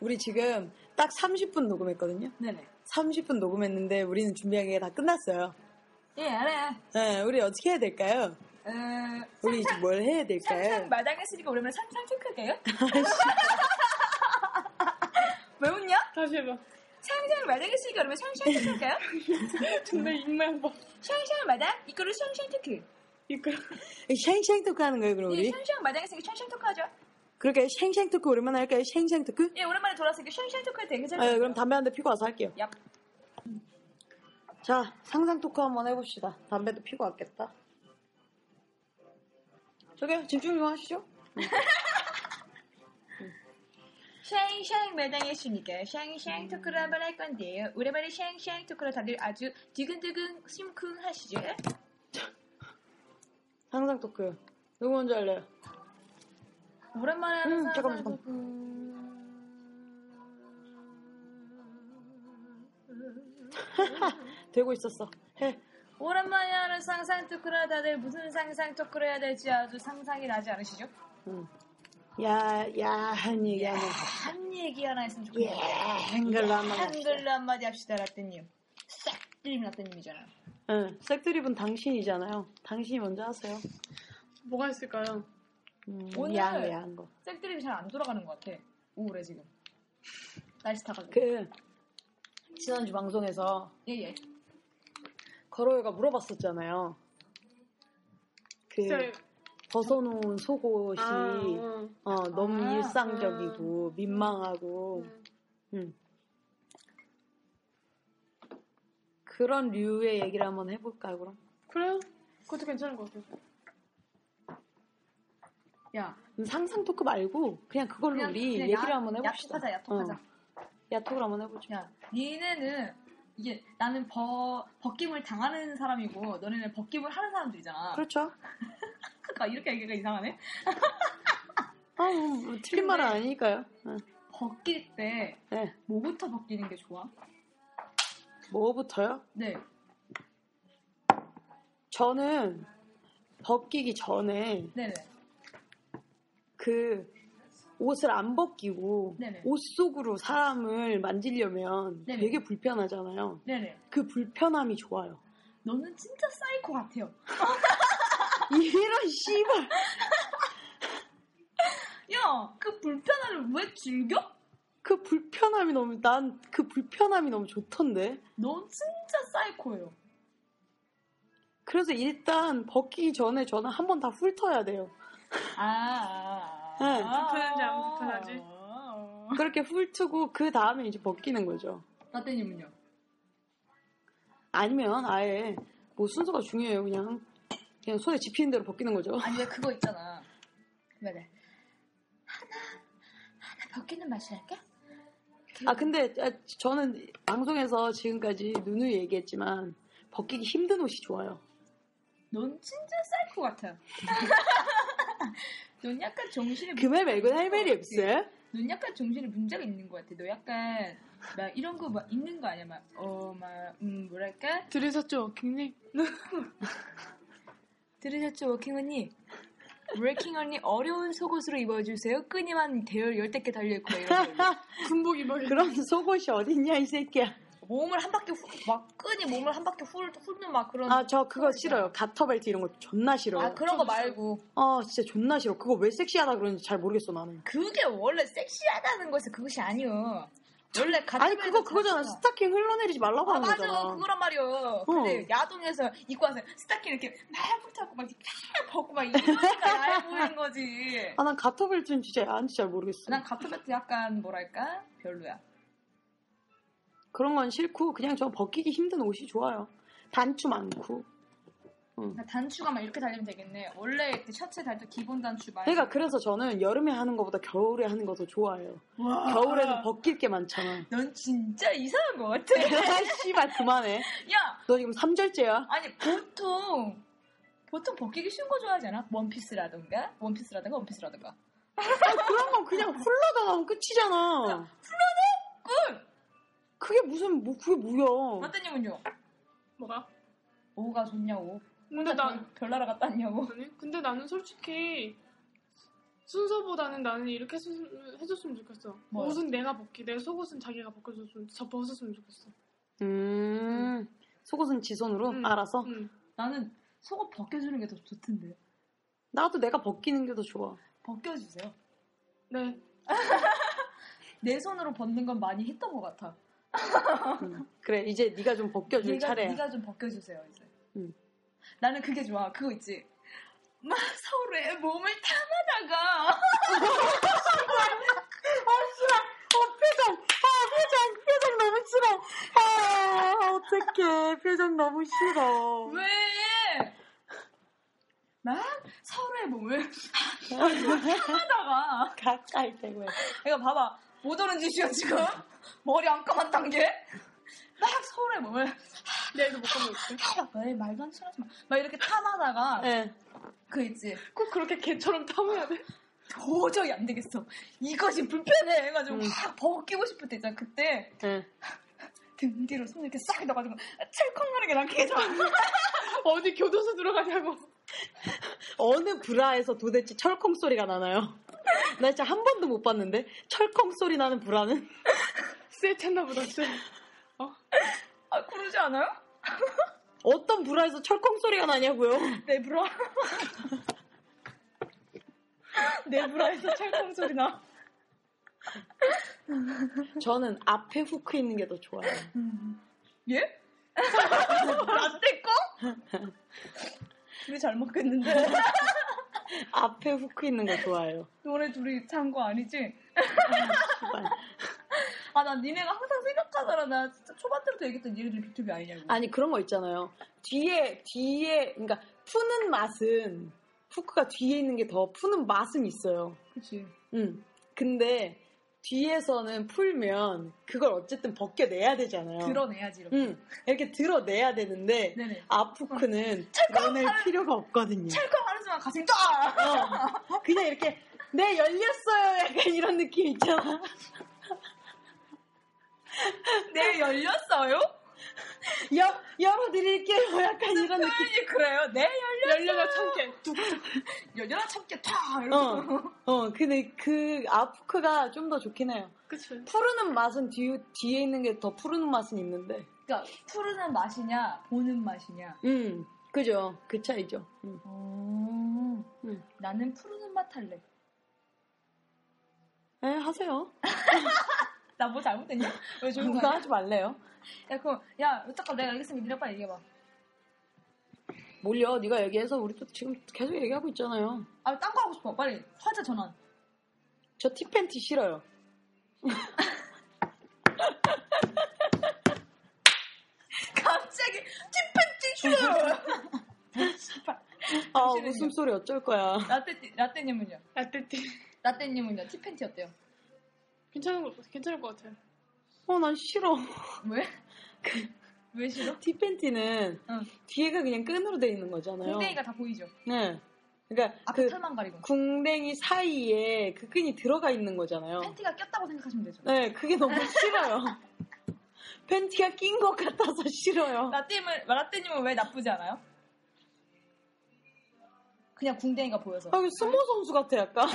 Speaker 3: 우리 지금 딱 30분 녹음했거든요.
Speaker 4: 네네
Speaker 3: 30분 녹음했는데 우리는 준비한 게 다 끝났어요.
Speaker 4: 예 알아
Speaker 3: 네, 우리 어떻게 해야 될까요?
Speaker 4: 에,
Speaker 3: 우리 이제 뭘 해야 될까요?
Speaker 4: 삼상 마당했으니까 오랜만에 삼상 체크할게요. 왜 웃냐?
Speaker 5: 다시 해봐.
Speaker 4: 상상 마당했으니까 오랜만에 상상 체크할까요?
Speaker 5: 근데 입만 봐.
Speaker 4: 상상 마당? 이거를 상상 체크.
Speaker 5: 이끌어.
Speaker 3: 샹샹 토크 하는 거예요, 그럼
Speaker 4: 예,
Speaker 3: 우리?
Speaker 4: 상상 마당했으니까 상상 체크하죠.
Speaker 3: 그럴까요? 샹샹 토크 오랜만에 할까요? 샹샹 토크?
Speaker 4: 예, 오랜만에 돌아왔으니까 상상 체크할 때 괜찮아요.
Speaker 3: 네, 그럼 담배 한 대 피고 와서 할게요.
Speaker 4: 얍.
Speaker 3: 자, 상상 토크 한번 해봅시다. 담배도 피고 왔겠다. 저기요, 집중 좀 하시죠.
Speaker 4: 샹샹 마당했으니까
Speaker 3: 음.
Speaker 4: 상상 체크를 한번 할 건데요. 오랜만에 상상 체크로 다들 아주 두근두근 심쿵하시죠?
Speaker 3: 상상 토크. 누구 먼저 할래요?
Speaker 4: 오랜만에 하는
Speaker 3: 음, 잠깐만,
Speaker 4: 상상
Speaker 3: 되고 있었어. 해.
Speaker 4: 오랜만에 하는 상상 토크라 다들 무슨 상상 토크를 해야 될지 아주 상상이 나지 않으시죠?
Speaker 3: 야, 야, 한 얘기 하나.
Speaker 4: 한 얘기 하나 했으면
Speaker 3: 예,
Speaker 4: 좋겠네요.
Speaker 3: 한글로 한번 합시다.
Speaker 4: 한글로 한마디 합시다, 라떼님. 싹 드림 라떼님이잖아.
Speaker 3: 응, 색드립은 예, 당신이잖아요. 당신이 먼저 하세요.
Speaker 5: 뭐가 있을까요?
Speaker 3: 음,
Speaker 4: 오늘-
Speaker 3: 야한 거, 야한 거.
Speaker 4: 색 드림이 잘 안 돌아가는 것 같아. 우울해, 지금. 날씨 타가지고.
Speaker 3: 그, 지난주 방송에서
Speaker 4: 예, 예.
Speaker 3: 걸어요가 물어봤었잖아요. 그,
Speaker 5: 네.
Speaker 3: 벗어놓은 속옷이,
Speaker 5: 아, 어.
Speaker 3: 어, 너무
Speaker 4: 아,
Speaker 3: 일상적이고, 민망하고,
Speaker 5: 음.
Speaker 3: 음. 그런 류의 얘기를 한번 해볼까요, 그럼?
Speaker 5: 그래요? 그것도 괜찮은 것 같아요.
Speaker 4: 야,
Speaker 3: 상상 토크 말고, 그냥 그걸로 우리
Speaker 4: 그냥
Speaker 3: 얘기를
Speaker 4: 야-
Speaker 3: 한번 해봅시다.
Speaker 4: 야톡하자, 야톡하자.
Speaker 3: 어, 야톡을 한번 해보죠.
Speaker 4: 야, 니네는 이게 나는 버, 벗김을 당하는 사람이고 너네는 벗김을 하는 사람들이잖아.
Speaker 3: 그렇죠.
Speaker 4: 그러니까 이렇게 얘기가 이상하네.
Speaker 3: 아,
Speaker 4: 음,
Speaker 3: 뭐, 뭐 틀린 말은 아니니까요. 응.
Speaker 4: 벗길 때
Speaker 3: 네.
Speaker 4: 뭐부터 벗기는 게 좋아?
Speaker 3: 뭐부터요?
Speaker 4: 네.
Speaker 3: 저는 벗기기 전에
Speaker 4: 네네.
Speaker 3: 그 옷을 안 벗기고
Speaker 4: 네네.
Speaker 3: 옷 속으로 사람을 만지려면
Speaker 4: 네네.
Speaker 3: 되게 불편하잖아요.
Speaker 4: 네네.
Speaker 3: 그 불편함이 좋아요.
Speaker 4: 너는 진짜 사이코 같아요.
Speaker 3: 이런 씨발.
Speaker 4: 야, 그 불편함을 왜 즐겨?
Speaker 3: 그 불편함이 너무 난 그 불편함이 너무 좋던데.
Speaker 4: 넌 진짜 사이코예요.
Speaker 3: 그래서 일단 벗기기 전에 저는 한 번 다 훑어야 돼요.
Speaker 4: 아.
Speaker 3: 네,
Speaker 5: 불편한지 안 불편한지.
Speaker 3: 그렇게 훑고 그 다음에 이제 벗기는 거죠.
Speaker 4: 라떼님은요?
Speaker 3: 아니면 아예 뭐 순서가 중요해요. 그냥 그냥 손에 집히는 대로 벗기는 거죠.
Speaker 4: 아니, 왜 그거 있잖아. 맞아. 하나, 하나 벗기는 맛이랄까?
Speaker 3: 아 근데 아, 저는 방송에서 지금까지 누누이 얘기했지만 벗기기 힘든 옷이 좋아요.
Speaker 4: 넌 진짜 사이코 같아. 넌 약간 정신이
Speaker 3: 금에 말고 할 말이 없어요.
Speaker 4: 넌 약간 정신에 문제가 있는 것 같아. 너 약간 막 이런 거 막 있는 거 아니야? 막 어, 막 음, 뭐랄까?
Speaker 5: 들으셨죠? 굉장히
Speaker 4: 들으셨죠, 워킹 언니? 워킹 언니 어려운 속옷으로 입어주세요. 끈이 한 대열 열댓 개 달려있고 막 이런 거.
Speaker 5: 군복 입어.
Speaker 3: 그런 속옷이 어딨냐 이 새끼야.
Speaker 4: 몸을 한 바퀴 후, 막 끈이 몸을 한 바퀴 훑, 훑는 막 그런
Speaker 3: 아 저 그거 싫어요. 가터벨트 이런 거 존나
Speaker 4: 아,
Speaker 3: 싫어요.
Speaker 4: 그런 거 말고
Speaker 3: 아 진짜 존나 싫어. 그거 왜 섹시하다 그러는지 잘 모르겠어 나는.
Speaker 4: 그게 원래 섹시하다는 것이 그것이 아니요 원래 가슴에
Speaker 3: 아니 그거 그거잖아.
Speaker 4: 자체가-
Speaker 3: 스타킹 흘러내리지 말라고
Speaker 4: 아
Speaker 3: 하는
Speaker 4: 맞아
Speaker 3: 거잖아.
Speaker 4: 그거란
Speaker 3: 어.
Speaker 4: 말이요 근데 야동에서 입고 와서 스타킹 이렇게 막 붙잡고 막 이렇게 막 벗고 막 이러니까 야해 보이는 거지
Speaker 3: 아 난 가터벨트는 진짜 안지 잘 모르겠어.
Speaker 4: 난 가토베트 약간 뭐랄까 별로야
Speaker 3: 그런 건 싫고 그냥 저 벗기기 힘든 옷이 좋아요. 단추 많고
Speaker 6: 음.
Speaker 4: 그러니까 단추가 막 이렇게 달리면 되겠네. 원래 그 셔츠에 달던 기본 단추 말고.
Speaker 3: 그러니까 그래서 저는 여름에 하는 것보다 겨울에 하는 거 더 좋아해요.
Speaker 4: 와.
Speaker 3: 겨울에는 벗길 게 많잖아.
Speaker 4: 넌 진짜 이상한 것 같아.
Speaker 3: 씨발 그만해.
Speaker 4: 야,
Speaker 3: 너 지금 3절째야.
Speaker 4: 아니 보통 보통 벗기기 쉬운 거 좋아하지 않아? 원피스라든가, 원피스라든가, 원피스라든가.
Speaker 3: 그런 건 그냥 훌러가 나면 끝이잖아.
Speaker 4: 꿀.
Speaker 3: 그게 무슨 뭐 그게 뭐야?
Speaker 4: 맞다님은요?
Speaker 5: 뭐가?
Speaker 4: 오가 좋냐고.
Speaker 5: 근데 나
Speaker 4: 별나라 갔다 왔냐고.
Speaker 5: 아니, 근데 나는 솔직히 순서보다는 나는 이렇게 했었으면, 해줬으면 좋겠어.
Speaker 4: 뭐요?
Speaker 5: 옷은 내가 벗기, 내 속옷은 자기가 벗겨줬으면, 저 벗었으면 좋겠어.
Speaker 3: 음 속옷은 지 손으로
Speaker 5: 음.
Speaker 4: 어.
Speaker 3: 알아서.
Speaker 5: 응.
Speaker 4: 나는 속옷 벗겨주는 게 더 좋던데.
Speaker 3: 나도 내가 벗기는 게 더 좋아.
Speaker 4: 벗겨주세요.
Speaker 5: 네.
Speaker 4: 내 손으로 벗는 건 많이 했던 것 같아.
Speaker 3: 음. 그래 이제 네가 좀 벗겨줄
Speaker 4: 네가,
Speaker 3: 차례야.
Speaker 4: 네가 좀 벗겨주세요 이제.
Speaker 3: 음.
Speaker 4: 나는 그게 좋아. 그거 있지. 막 서로의 몸을 탐하다가. 아,
Speaker 3: 싫어. 어, 표정. 아, 표정. 표정 너무 싫어. 아, 어떡해. 표정 너무 싫어.
Speaker 4: 왜? 막 서로의 몸을 탐하다가.
Speaker 3: 가까이 대고 해.
Speaker 4: 이거 봐봐. 못 오는 짓이야 지금. 머리 안감한 단계. 막 서로의 몸을
Speaker 5: 내일도 못 벗겨줄게.
Speaker 4: 막 에이, 말도 안 친하지 마. 막 이렇게 탐하다가
Speaker 3: 예.
Speaker 4: 그 있지.
Speaker 5: 꼭 그렇게 개처럼 탐해야 돼?
Speaker 4: 도저히 안 되겠어. 이것이 불편해 해가지고
Speaker 3: 음.
Speaker 4: 확 벗기고 싶을 때 있잖아. 그때
Speaker 3: 예.
Speaker 4: 등 뒤로 손을 이렇게 싹 넣어가지고 철컹거리게 난 계속
Speaker 5: 어디 교도소 들어가냐고.
Speaker 3: 어느 브라에서 도대체 철컹 소리가 나나요? 나 진짜 한 번도 못 봤는데 철컹 소리 나는 브라는
Speaker 5: 쎄 찼나 보다, 쎄.
Speaker 4: 아 그러지 않아요?
Speaker 3: 어떤 브라에서 철컹 소리가 나냐고요?
Speaker 4: 내 브라 내 브라에서 철컹 소리 나
Speaker 3: 저는 앞에 후크 있는 게 더 좋아요.
Speaker 4: 예? 라떼 거? 둘이 잘 먹겠는데
Speaker 3: 앞에 후크 있는 거 좋아요.
Speaker 4: 너네 둘이 잔 거 아니지?
Speaker 3: 씨발.
Speaker 4: 아 난 니네가 항상 생각하더라 나 진짜 초반 때부터 얘기했던 니네들 비투비 아니냐고
Speaker 3: 아니 그런 거 있잖아요. 뒤에 뒤에 그러니까 푸는 맛은 후크가 뒤에 있는 게 더 푸는 맛은 있어요.
Speaker 4: 그치
Speaker 3: 음. 근데 뒤에서는 풀면 그걸 어쨌든 벗겨내야 되잖아요.
Speaker 4: 드러내야지 이렇게
Speaker 3: 어. 음. 이렇게 드러내야 되는데
Speaker 4: 네네
Speaker 3: 앞 후크는 드러낼 필요가 없거든요.
Speaker 4: 철컹 하는 순간 가슴이 쫙
Speaker 3: 어. 그냥 이렇게 네 열렸어요 약간 이런 느낌 있잖아.
Speaker 4: 네, 열렸어요?
Speaker 3: 여, 열어드릴게요 약간 이런 느낌.
Speaker 4: 표현이 그래요. 네, 열렸어요.
Speaker 5: 열려나 참게. 뚝.
Speaker 4: 열려라 참깨 탁! 이러고.
Speaker 3: 어, 어, 근데 그 아프크가 좀 더 좋긴 해요.
Speaker 5: 그치.
Speaker 3: 푸르는 맛은 뒤, 뒤에 있는 게 더 푸르는 맛은 있는데.
Speaker 4: 그러니까 푸르는 맛이냐, 보는 맛이냐.
Speaker 3: 음, 그죠. 그 차이죠. 음.
Speaker 4: 오,
Speaker 3: 음.
Speaker 4: 나는 푸르는 맛 할래.
Speaker 3: 에, 하세요.
Speaker 4: 나 뭐 잘못했냐? 왜 조용히
Speaker 3: 누가
Speaker 4: 해?
Speaker 3: 하지 말래요.
Speaker 4: 야, 그럼, 야, 잠깐 내가 알겠으면 니네 빨리 얘기해봐.
Speaker 3: 몰려, 네가 얘기해서 우리 또 지금 계속 얘기하고 있잖아요.
Speaker 4: 아, 딴 거 하고 싶어. 빨리. 화제 전환.
Speaker 3: 저 티팬티 싫어요.
Speaker 4: 갑자기 티팬티 슈!
Speaker 3: 아,
Speaker 4: 당신은요?
Speaker 3: 웃음소리 어쩔 거야.
Speaker 4: 라떼, 라떼님은요?
Speaker 5: 아, 라떼띠.
Speaker 4: 라떼님은요? 티팬티 어때요?
Speaker 5: 괜찮은 것 같아. 괜찮을 것 같아.
Speaker 3: 어, 난 싫어.
Speaker 4: 왜? 그, 왜 싫어?
Speaker 3: 티팬티는
Speaker 4: 응.
Speaker 3: 뒤에가 그냥 끈으로 돼 있는 거잖아요.
Speaker 4: 공댕이가 다 보이죠?
Speaker 3: 네. 그러니까
Speaker 4: 앞에
Speaker 3: 그
Speaker 4: 털만 가리고.
Speaker 3: 궁뎅이 사이에 그 끈이 들어가 있는 거잖아요.
Speaker 4: 팬티가 꼈다고 생각하시면 되죠.
Speaker 3: 네, 그게 너무 싫어요. 팬티가 낀 것 같아서 싫어요.
Speaker 4: 라떼님은, 라떼님은 왜 나쁘지 않아요? 그냥 궁뎅이가 보여서.
Speaker 3: 아, 스모 선수 같아, 약간.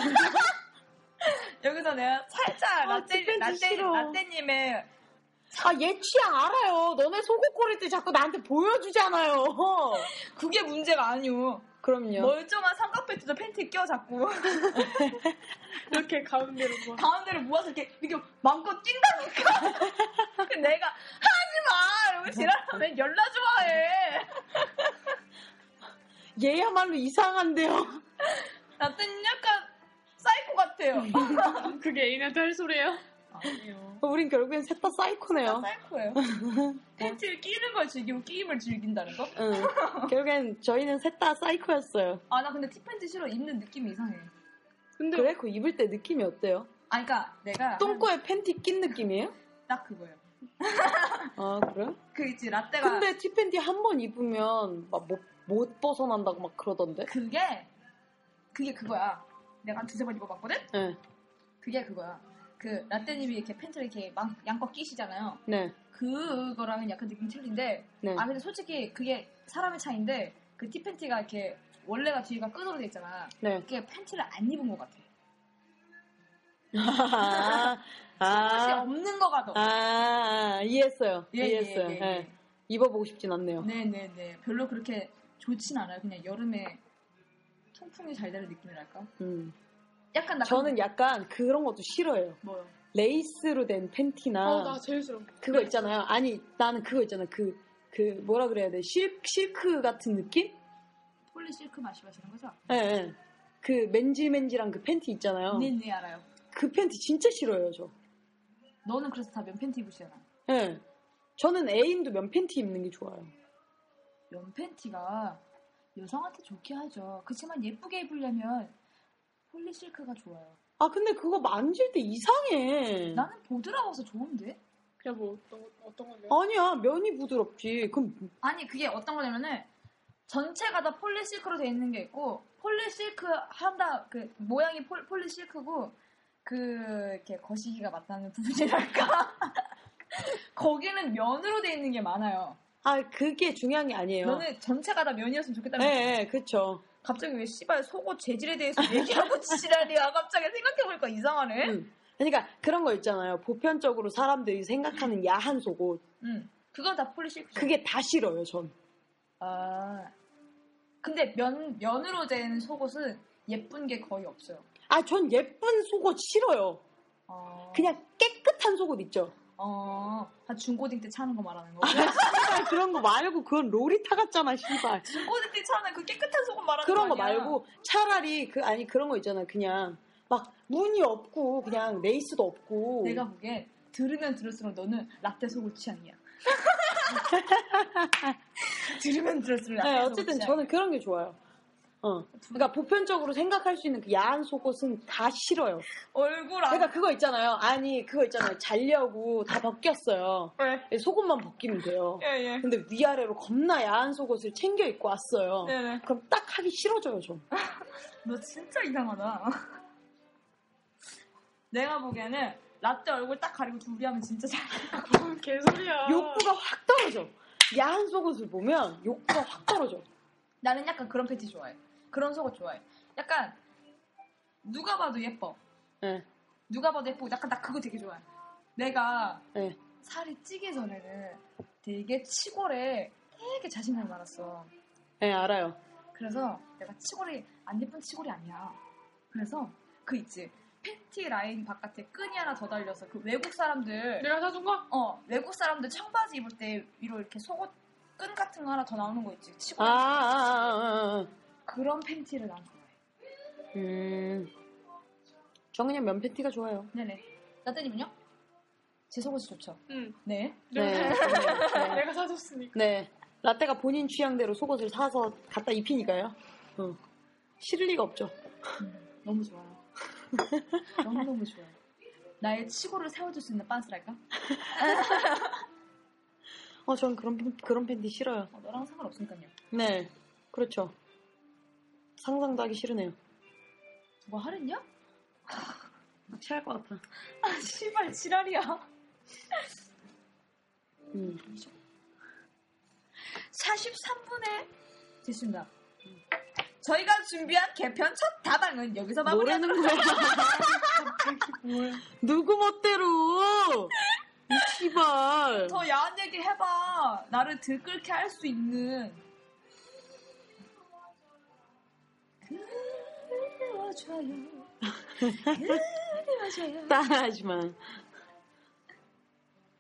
Speaker 4: 여기서 내가 살짝
Speaker 3: 아,
Speaker 4: 라떼,
Speaker 3: 디펜스
Speaker 4: 라떼,
Speaker 3: 싫어.
Speaker 4: 라떼님의
Speaker 3: 아, 얘 취향 알아요. 너네 속옷 고릴 때 자꾸 나한테 보여주잖아요.
Speaker 4: 그게 문제가 아니오.
Speaker 3: 그럼요.
Speaker 4: 멀쩡한 삼각팬티도 팬티 껴 자꾸
Speaker 5: 이렇게 가운데로 뭐.
Speaker 4: 가운데를 모아서 이렇게 이렇게 마음껏 뛴다니까. 근데 내가 하지 마. 이러고 지랄하면 열나 좋아해.
Speaker 3: 얘야말로 이상한데요.
Speaker 4: 라떼님 약간 사이코 같아요.
Speaker 5: 그게 애인한테 할 소리예요?
Speaker 4: 아, 아니에요.
Speaker 3: 우린 결국엔 셋 다
Speaker 4: 어.
Speaker 3: 사이코네요.
Speaker 4: 사이코예요. 팬티를 끼는 걸 즐기고 끼임을 즐긴다는 거?
Speaker 3: 응. 결국엔 저희는 셋 다 사이코였어요.
Speaker 4: 아, 나 근데 티팬티 싫어. 입는 느낌이 이상해.
Speaker 5: 근데
Speaker 3: 그래? 그 입을 때 느낌이 어때요?
Speaker 4: 아, 그니까 내가.
Speaker 3: 똥꼬에 팬티 낀 느낌이에요?
Speaker 4: 한- 딱 그거예요.
Speaker 3: 아, 그래?
Speaker 4: 그 있지, 라떼가.
Speaker 3: 근데 티팬티 한 번 입으면 막 못, 못 벗어난다고 막 그러던데?
Speaker 4: 그게, 그게 그거야. 내가 한 두세 번 입어봤거든?
Speaker 3: 네.
Speaker 4: 그게 그거야. 그, 라떼님이 이렇게 팬티를 이렇게 막, 양껏 끼시잖아요.
Speaker 3: 네.
Speaker 4: 그거랑은 약간 느낌이 틀린데.
Speaker 3: 네.
Speaker 4: 아, 근데 솔직히 그게 사람의 차이인데, 그 티팬티가 이렇게, 원래가 뒤가 끈으로 돼 있잖아.
Speaker 3: 네.
Speaker 4: 그게 팬티를 안 입은 것 같아.
Speaker 3: 아,
Speaker 4: 티켓이
Speaker 3: 아,
Speaker 4: 없는 거 같아.
Speaker 3: 아, 이해했어요.
Speaker 4: 예, 예,
Speaker 3: 이해했어요.
Speaker 4: 예, 예.
Speaker 3: 네. 입어보고 싶진 않네요.
Speaker 4: 네네네. 별로 그렇게 좋진 않아요. 그냥 여름에 통풍이 잘 되는 느낌이랄까?
Speaker 3: 음.
Speaker 4: 약간 나
Speaker 3: 저는 약간 그런 것도 싫어요.
Speaker 4: 뭐요?
Speaker 3: 레이스로 된 팬티나
Speaker 5: 어, 나 제일 싫어.
Speaker 3: 그거 있잖아요. 아니, 나는 그거 있잖아. 그, 그, 뭐라 그래야 돼? 실크, 실크 같은 느낌?
Speaker 4: 폴리 실크 마시는 거죠?
Speaker 3: 예, 예. 그 맨질맨질한 그 팬티 있잖아요.
Speaker 4: 네네 알아요.
Speaker 3: 그 팬티 진짜 싫어요, 저.
Speaker 4: 너는 그래서 다 면팬티 입으시잖아.
Speaker 3: 예. 저는 애인도 면 팬티 입는 게 좋아요.
Speaker 4: 면팬티가 여성한테 좋게 하죠. 그렇지만 예쁘게 입으려면 폴리 실크가 좋아요.
Speaker 3: 아 근데 그거 만질 때 이상해.
Speaker 4: 나는 보드라워서 좋은데?
Speaker 5: 그냥 뭐 어떤 거- 어떤 건데?
Speaker 3: 아니야 면이 부드럽지. 그럼
Speaker 4: 아니 그게 어떤 거냐면은 전체가 다 폴리 실크로 되어 있는 게 있고 폴리 실크 한다 그 모양이 폴, 폴리 실크고 그 이렇게 거시기가 맞다는 부분이랄까 거기는 면으로 되어 있는 게 많아요.
Speaker 3: 아 그게 중요한 게 아니에요.
Speaker 4: 너는 전체가 다 면이었으면 좋겠다는 거지.
Speaker 3: 네, 그렇죠.
Speaker 4: 갑자기 왜 씨발 속옷 재질에 대해서 얘기하고 지랄이야. 갑자기 생각해보니까 이상하네. 응.
Speaker 3: 응. 그러니까 그런 거 있잖아요. 보편적으로 사람들이 생각하는 야한 속옷
Speaker 4: 음. 그건 다 폴리 실크.
Speaker 3: 그게 다 싫어요 전.
Speaker 4: 아 근데 면 면으로 된 속옷은 예쁜 게 거의 없어요.
Speaker 3: 아 전 예쁜 속옷 싫어요.
Speaker 4: 어.
Speaker 3: 그냥 깨끗한 속옷 있죠.
Speaker 4: 어, 다 중고딩 때 차는 거 말하는 거.
Speaker 3: 씨발 아, 그런 거 말고 그건 로리타 같잖아 씨발.
Speaker 4: 중고딩 때 차는 그 깨끗한 속옷 말하는
Speaker 3: 그런
Speaker 4: 거
Speaker 3: 거
Speaker 4: 아니야?
Speaker 3: 말고 차라리 그 아니 그런 거 있잖아 그냥 막 무늬 없고 그냥 레이스도 없고
Speaker 4: 내가 보기엔 들으면 들을수록 너는 라떼 속옷 취향이야. 들으면 들을수록 라떼
Speaker 3: 네,
Speaker 4: 속옷
Speaker 3: 어쨌든
Speaker 4: 취향.
Speaker 3: 저는 그런 게 좋아요. 어. 그러니까 보편적으로 생각할 수 있는 그 야한 속옷은 다 싫어요.
Speaker 4: 얼굴 안
Speaker 3: 그러니까 그거 있잖아요. 아니 그거 있잖아요. 자려고 다 벗겼어요.
Speaker 4: 네.
Speaker 3: 속옷만 벗기면 돼요.
Speaker 4: 예, 예.
Speaker 3: 근데 위아래로 겁나 야한 속옷을 챙겨 입고 왔어요.
Speaker 4: 네네.
Speaker 3: 그럼 딱 하기 싫어져요 좀.
Speaker 4: 너 진짜 이상하다. 내가 보기에는 라떼 얼굴 딱 가리고 둘이 하면 진짜 잘.
Speaker 5: 무슨
Speaker 4: 아.
Speaker 5: 개소리야.
Speaker 3: 욕구가 확 떨어져. 야한 속옷을 보면 욕구가 확 떨어져.
Speaker 4: 나는 약간 그런 팬티 좋아해. 그런 속옷 좋아해. 약간 누가 봐도 예뻐.
Speaker 3: 예.
Speaker 4: 누가 봐도 예쁘고 약간 나 그거 되게 좋아해. 내가
Speaker 3: 네.
Speaker 4: 살이 찌기 전에는 되게 치골에 되게 자신감이 많았어.
Speaker 3: 네 알아요.
Speaker 4: 그래서 내가 치골이 안 예쁜 치골이 아니야. 그래서 그 있지 팬티 라인 바깥에 끈이 하나 더 달려서 그 외국 사람들
Speaker 5: 내가 사준 거?
Speaker 4: 어 외국 사람들 청바지 입을 때 위로 이렇게 속옷 끈 같은 거 하나 더 나오는 거 있지
Speaker 3: 아,
Speaker 4: 치골
Speaker 3: 아, 아, 아, 아.
Speaker 4: 그런 팬티를 난 좋아해.
Speaker 3: 음. 전 그냥 면 팬티가 좋아요.
Speaker 4: 네네. 나따님은요? 제 속옷이 좋죠.
Speaker 5: 응.
Speaker 4: 네.
Speaker 5: 내가,
Speaker 3: 네.
Speaker 5: 사-
Speaker 3: 네, 네.
Speaker 5: 내가 사줬으니까.
Speaker 3: 네. 라떼가 본인 취향대로 속옷을 사서 갖다 입히니까요. 어. 싫을 리가 없죠.
Speaker 4: 너무 좋아요. 너무 너무 좋아요. 나의 치고를 세워줄 수 있는 빤스랄까?
Speaker 3: 어, 전 그런, 팬- 그런 팬티 싫어요.
Speaker 4: 어, 너랑 상관없으니까요.
Speaker 3: 네. 그렇죠. 상상도 하기 싫으네요.
Speaker 4: 뭐 하랬냐?
Speaker 3: 싫을 것 같아.
Speaker 4: 아 씨발 지랄이야.
Speaker 3: 음.
Speaker 4: 43분에 됐습니다. 저희가 준비한 개편 첫 다방은 여기서 마무리하는 뭐
Speaker 3: 노래는 뭐. 거야. 누구 멋대로! 이 씨발.
Speaker 4: 더 야한 얘기 해봐. 나를 들끓게 할 수 있는. 그리워져요. 그리워져요.
Speaker 3: 따라하지만.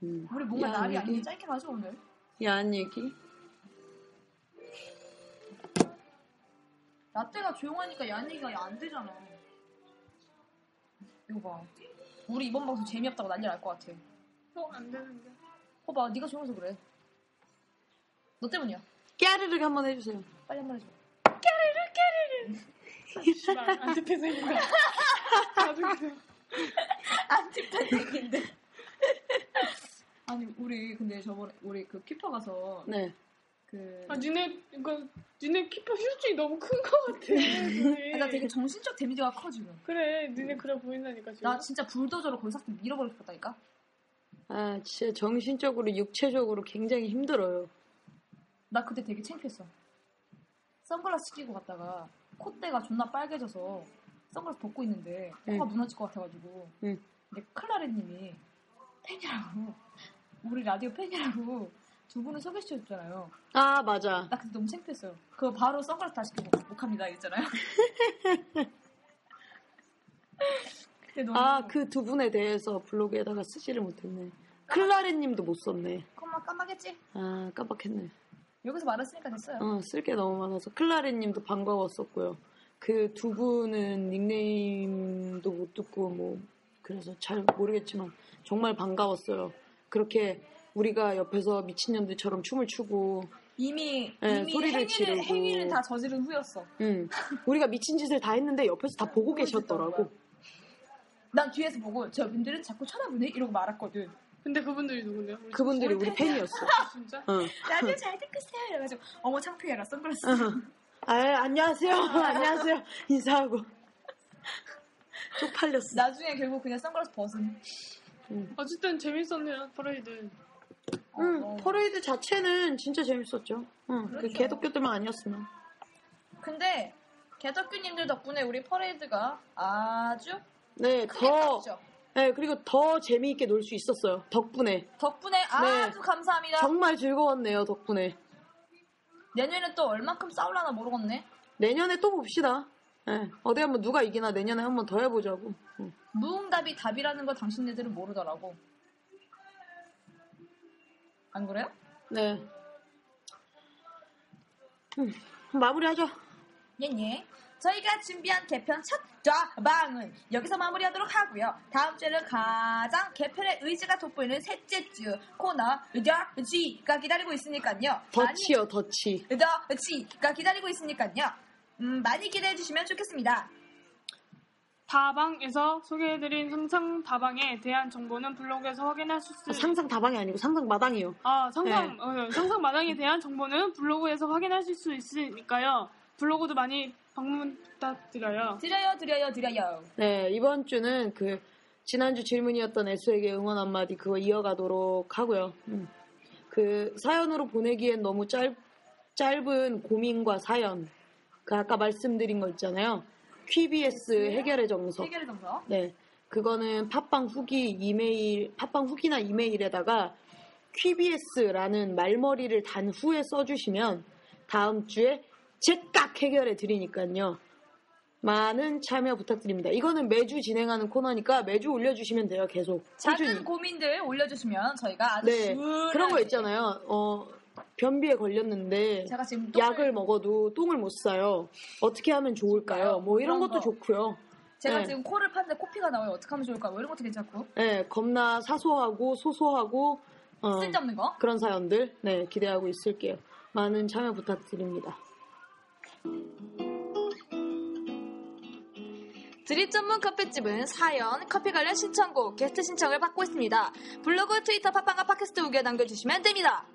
Speaker 3: 음.
Speaker 4: 우리 뭔가
Speaker 3: 야한
Speaker 4: 날이
Speaker 3: 얘기.
Speaker 4: 아니게 짧게 가죠 오늘.
Speaker 3: 야한 얘기.
Speaker 4: 라떼가 조용하니까 야한 얘기가 안 되잖아. 이거 봐. 우리 이번 방송 재미없다고 난리 날 것 같아. 어,
Speaker 5: 어, 안 되는데.
Speaker 4: 봐봐, 네가 좋아서 그래. 너 때문이야.
Speaker 3: 깨르륵 한번 해주세요.
Speaker 4: 빨리 한 번 해줘.
Speaker 5: 씨발, 안 듣겠어, 이거. 안 듣겠어.
Speaker 4: 안티팬 얘기인데. 그 아니 우리 근데 저번에 우리 그 키퍼 가서
Speaker 3: 네.
Speaker 4: 그
Speaker 5: 아, 니네, 이거, 니네 키퍼 휴증이 너무 큰 것 같아.
Speaker 3: 네.
Speaker 5: 그게.
Speaker 4: 나 되게 정신적 데미지가 커 지금.
Speaker 5: 그래, 니네 그래 보인다니까, 지금.
Speaker 4: 나 진짜 불도저로 거기서 밀어버리고 싶었다니까.
Speaker 3: 아, 진짜 정신적으로, 육체적으로 굉장히 힘들어요.
Speaker 4: 나 그때 되게 창피했어. 선글라스 끼고 갔다가 콧대가 존나 빨개져서 선글라스 벗고 있는데
Speaker 3: 응.
Speaker 4: 코가 무너질 것 같아가지고.
Speaker 3: 응.
Speaker 4: 근데 클라레님이 팬이라고 우리 라디오 팬이라고 두 분을 소개시켜줬잖아요.
Speaker 3: 아, 맞아.
Speaker 4: 나 그때 너무 창피했어요. 그거 바로 선글라스 다시 끼고 못합니다 이랬잖아요. 근데 너무
Speaker 3: 아, 그 두 분에 대해서 블로그에다가 쓰지를 못했네. 클라레 님도 못 썼네.
Speaker 4: 그만 깜빡했지?
Speaker 3: 아, 깜빡했네.
Speaker 4: 여기서 말했으니까 됐어요.
Speaker 3: 어, 쓸 게 너무 많아서. 클라레 님도 반가웠었고요. 그 두 분은 닉네임도 못 듣고, 뭐, 그래서 잘 모르겠지만, 정말 반가웠어요. 그렇게 우리가 옆에서 미친년들처럼 춤을 추고,
Speaker 4: 이미
Speaker 3: 네,
Speaker 4: 이미
Speaker 3: 소리를
Speaker 4: 행위를
Speaker 3: 지르고.
Speaker 4: 행위를 다 저지른 후였어.
Speaker 3: 음, 우리가 미친 짓을 다 했는데 옆에서 다 보고 계셨더라고.
Speaker 4: 난 뒤에서 보고 저분들은 자꾸 쳐다보네 이러고 말았거든.
Speaker 5: 근데 그분들이 누군데요? 우리
Speaker 3: 그분들이 우리 팬이었어.
Speaker 5: 진짜?
Speaker 3: 어.
Speaker 4: 라디오 잘 듣고 있어요. 이래가지고 어머 창피해라 선글라스.
Speaker 3: 아, 안녕하세요. 안녕하세요. 인사하고. 쪽팔렸어.
Speaker 4: 나중에 결국 그냥 선글라스 벗은.
Speaker 5: 어쨌든 재밌었네요, 퍼레이드.
Speaker 3: 응,
Speaker 4: 어.
Speaker 3: 퍼레이드 자체는 진짜 재밌었죠. 응, 그
Speaker 4: 그렇죠.
Speaker 3: 개독교들만 아니었으면.
Speaker 4: 근데 개덕규님들 덕분에 우리 퍼레이드가 아주
Speaker 3: 네,
Speaker 4: 크게
Speaker 3: 더,
Speaker 4: 컸죠.
Speaker 3: 네, 그리고 더 재미있게 놀 수 있었어요. 덕분에.
Speaker 4: 덕분에 아주
Speaker 3: 네.
Speaker 4: 감사합니다.
Speaker 3: 정말 즐거웠네요, 덕분에.
Speaker 4: 내년에 또 얼만큼 싸울라나 모르겠네.
Speaker 3: 내년에 또 봅시다. 네, 어디 한번 누가 이기나 내년에 한번 더 해보자고. 응.
Speaker 4: 무응답이 답이라는 걸 당신네들은 모르더라고. 안 그래요?
Speaker 3: 네. 음, 마무리하죠.
Speaker 4: 예예. 저희가 준비한 개편 첫 좌방은 여기서 마무리하도록 하고요. 다음 주에는 가장 개편의 의지가 돋보이는 셋째 주 코너 더지가 기다리고 있으니까요. 많이
Speaker 3: 더치요, 더치.
Speaker 4: 더지가 기다리고 있으니까요. 음, 많이 기대해 주시면 좋겠습니다.
Speaker 5: 다방에서 소개해드린 상상 다방에 대한 정보는 블로그에서 확인할 수
Speaker 3: 아,
Speaker 5: 있습니다.
Speaker 3: 상상 다방이 아니고 상상 마당이요.
Speaker 5: 아, 상상, 어, 상상 마당에 대한 정보는 블로그에서 확인하실 수 있으니까요. 블로그도 많이 방문 부탁드려요.
Speaker 4: 드려요, 드려요, 드려요.
Speaker 3: 네, 이번 주는 그 지난주 질문이었던 애수에게 응원 한마디 그거 이어가도록 하고요. 음. 그 사연으로 보내기엔 너무 짧, 짧은 고민과 사연. 그 아까 말씀드린 거 있잖아요. 퀴비에스 해결의 정석.
Speaker 4: 해결의 정서.
Speaker 3: 네. 그거는 팟빵 후기 이메일, 팟빵 후기나 이메일에다가 퀴비에스라는 말머리를 단 후에 써주시면 다음 주에 제깍 해결해 드리니까요. 많은 참여 부탁드립니다. 이거는 매주 진행하는 코너니까 매주 올려주시면 돼요, 계속. 꾸준히.
Speaker 4: 작은 고민들 올려주시면 저희가 아주
Speaker 3: 네.
Speaker 4: 시원하게
Speaker 3: 그런 거 있잖아요. 어, 변비에 걸렸는데
Speaker 4: 제가 지금 똥을-
Speaker 3: 약을 먹어도 똥을 못 싸요. 어떻게 하면 좋을까요? 뭐 이런
Speaker 4: 그런
Speaker 3: 것도
Speaker 4: 거.
Speaker 3: 좋고요.
Speaker 4: 제가
Speaker 3: 네.
Speaker 4: 지금 코를 파는데 코피가 나와요. 어떻게 하면 좋을까? 뭐 이런 것도 괜찮고
Speaker 3: 네, 겁나 사소하고 소소하고 어,
Speaker 4: 쓸데없는 거.
Speaker 3: 그런 사연들 네 기대하고 있을게요. 많은 참여 부탁드립니다.
Speaker 4: 드립 전문 커피집은 사연, 커피 관련 신청곡, 게스트 신청을 받고 있습니다. 블로그, 트위터, 팟빵과 팟캐스트 우겨 남겨주시면 됩니다.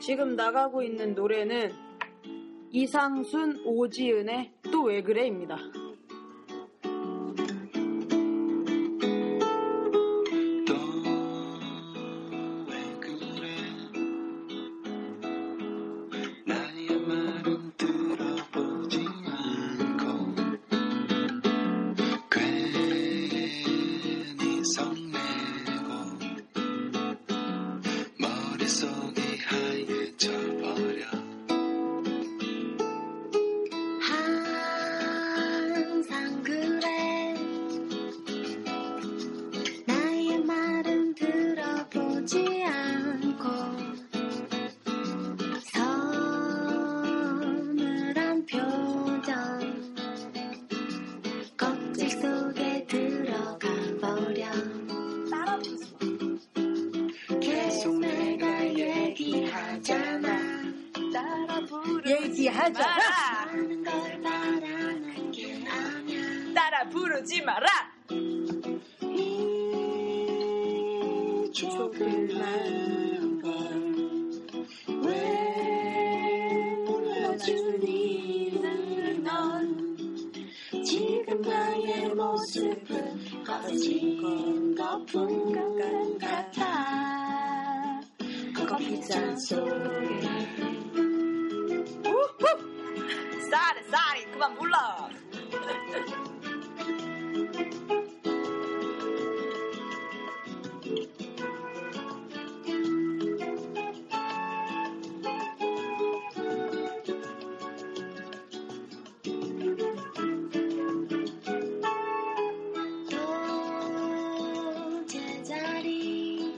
Speaker 3: 지금 나가고 있는 노래는 이상순 오지은의 또 왜 그래입니다.
Speaker 7: 왜 그래 나의 말은 들어보지 않고 그 괜히 성내고 머릿속이 하얘져 버려
Speaker 3: 아.
Speaker 4: 마라.
Speaker 7: 하는 걸 바라는 게 아니야
Speaker 4: 따라 부르지 마라.
Speaker 7: 이 조그만 걸왜 몰라주니 나는 넌 지금 나의 모습은 꺼진 거품 것 같아 커피잔 속에
Speaker 4: 쌀에 쌀이 그만 불러.
Speaker 7: 또 제자리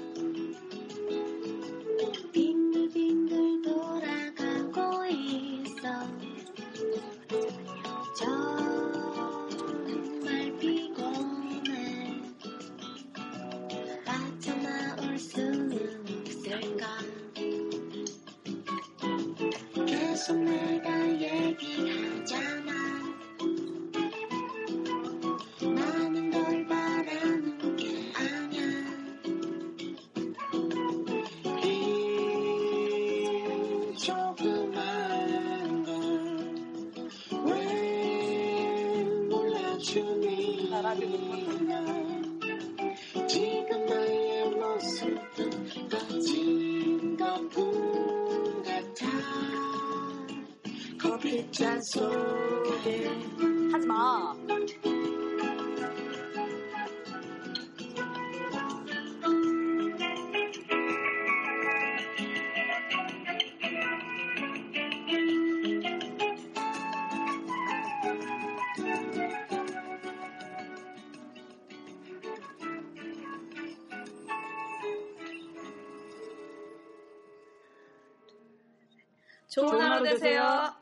Speaker 7: 빙글빙글 돌아가고 있어 정말 피곤해 빠져나올 수는 있을까 계속 내가 얘기하잖아 많은 걸 바라는 게 아니야 이 조그만 걸왜 몰라주니 넌 지금 나의 모습은 꺼진 거품 같아 커피잔 속에
Speaker 4: 하지 마. 좋은 하루 되세요.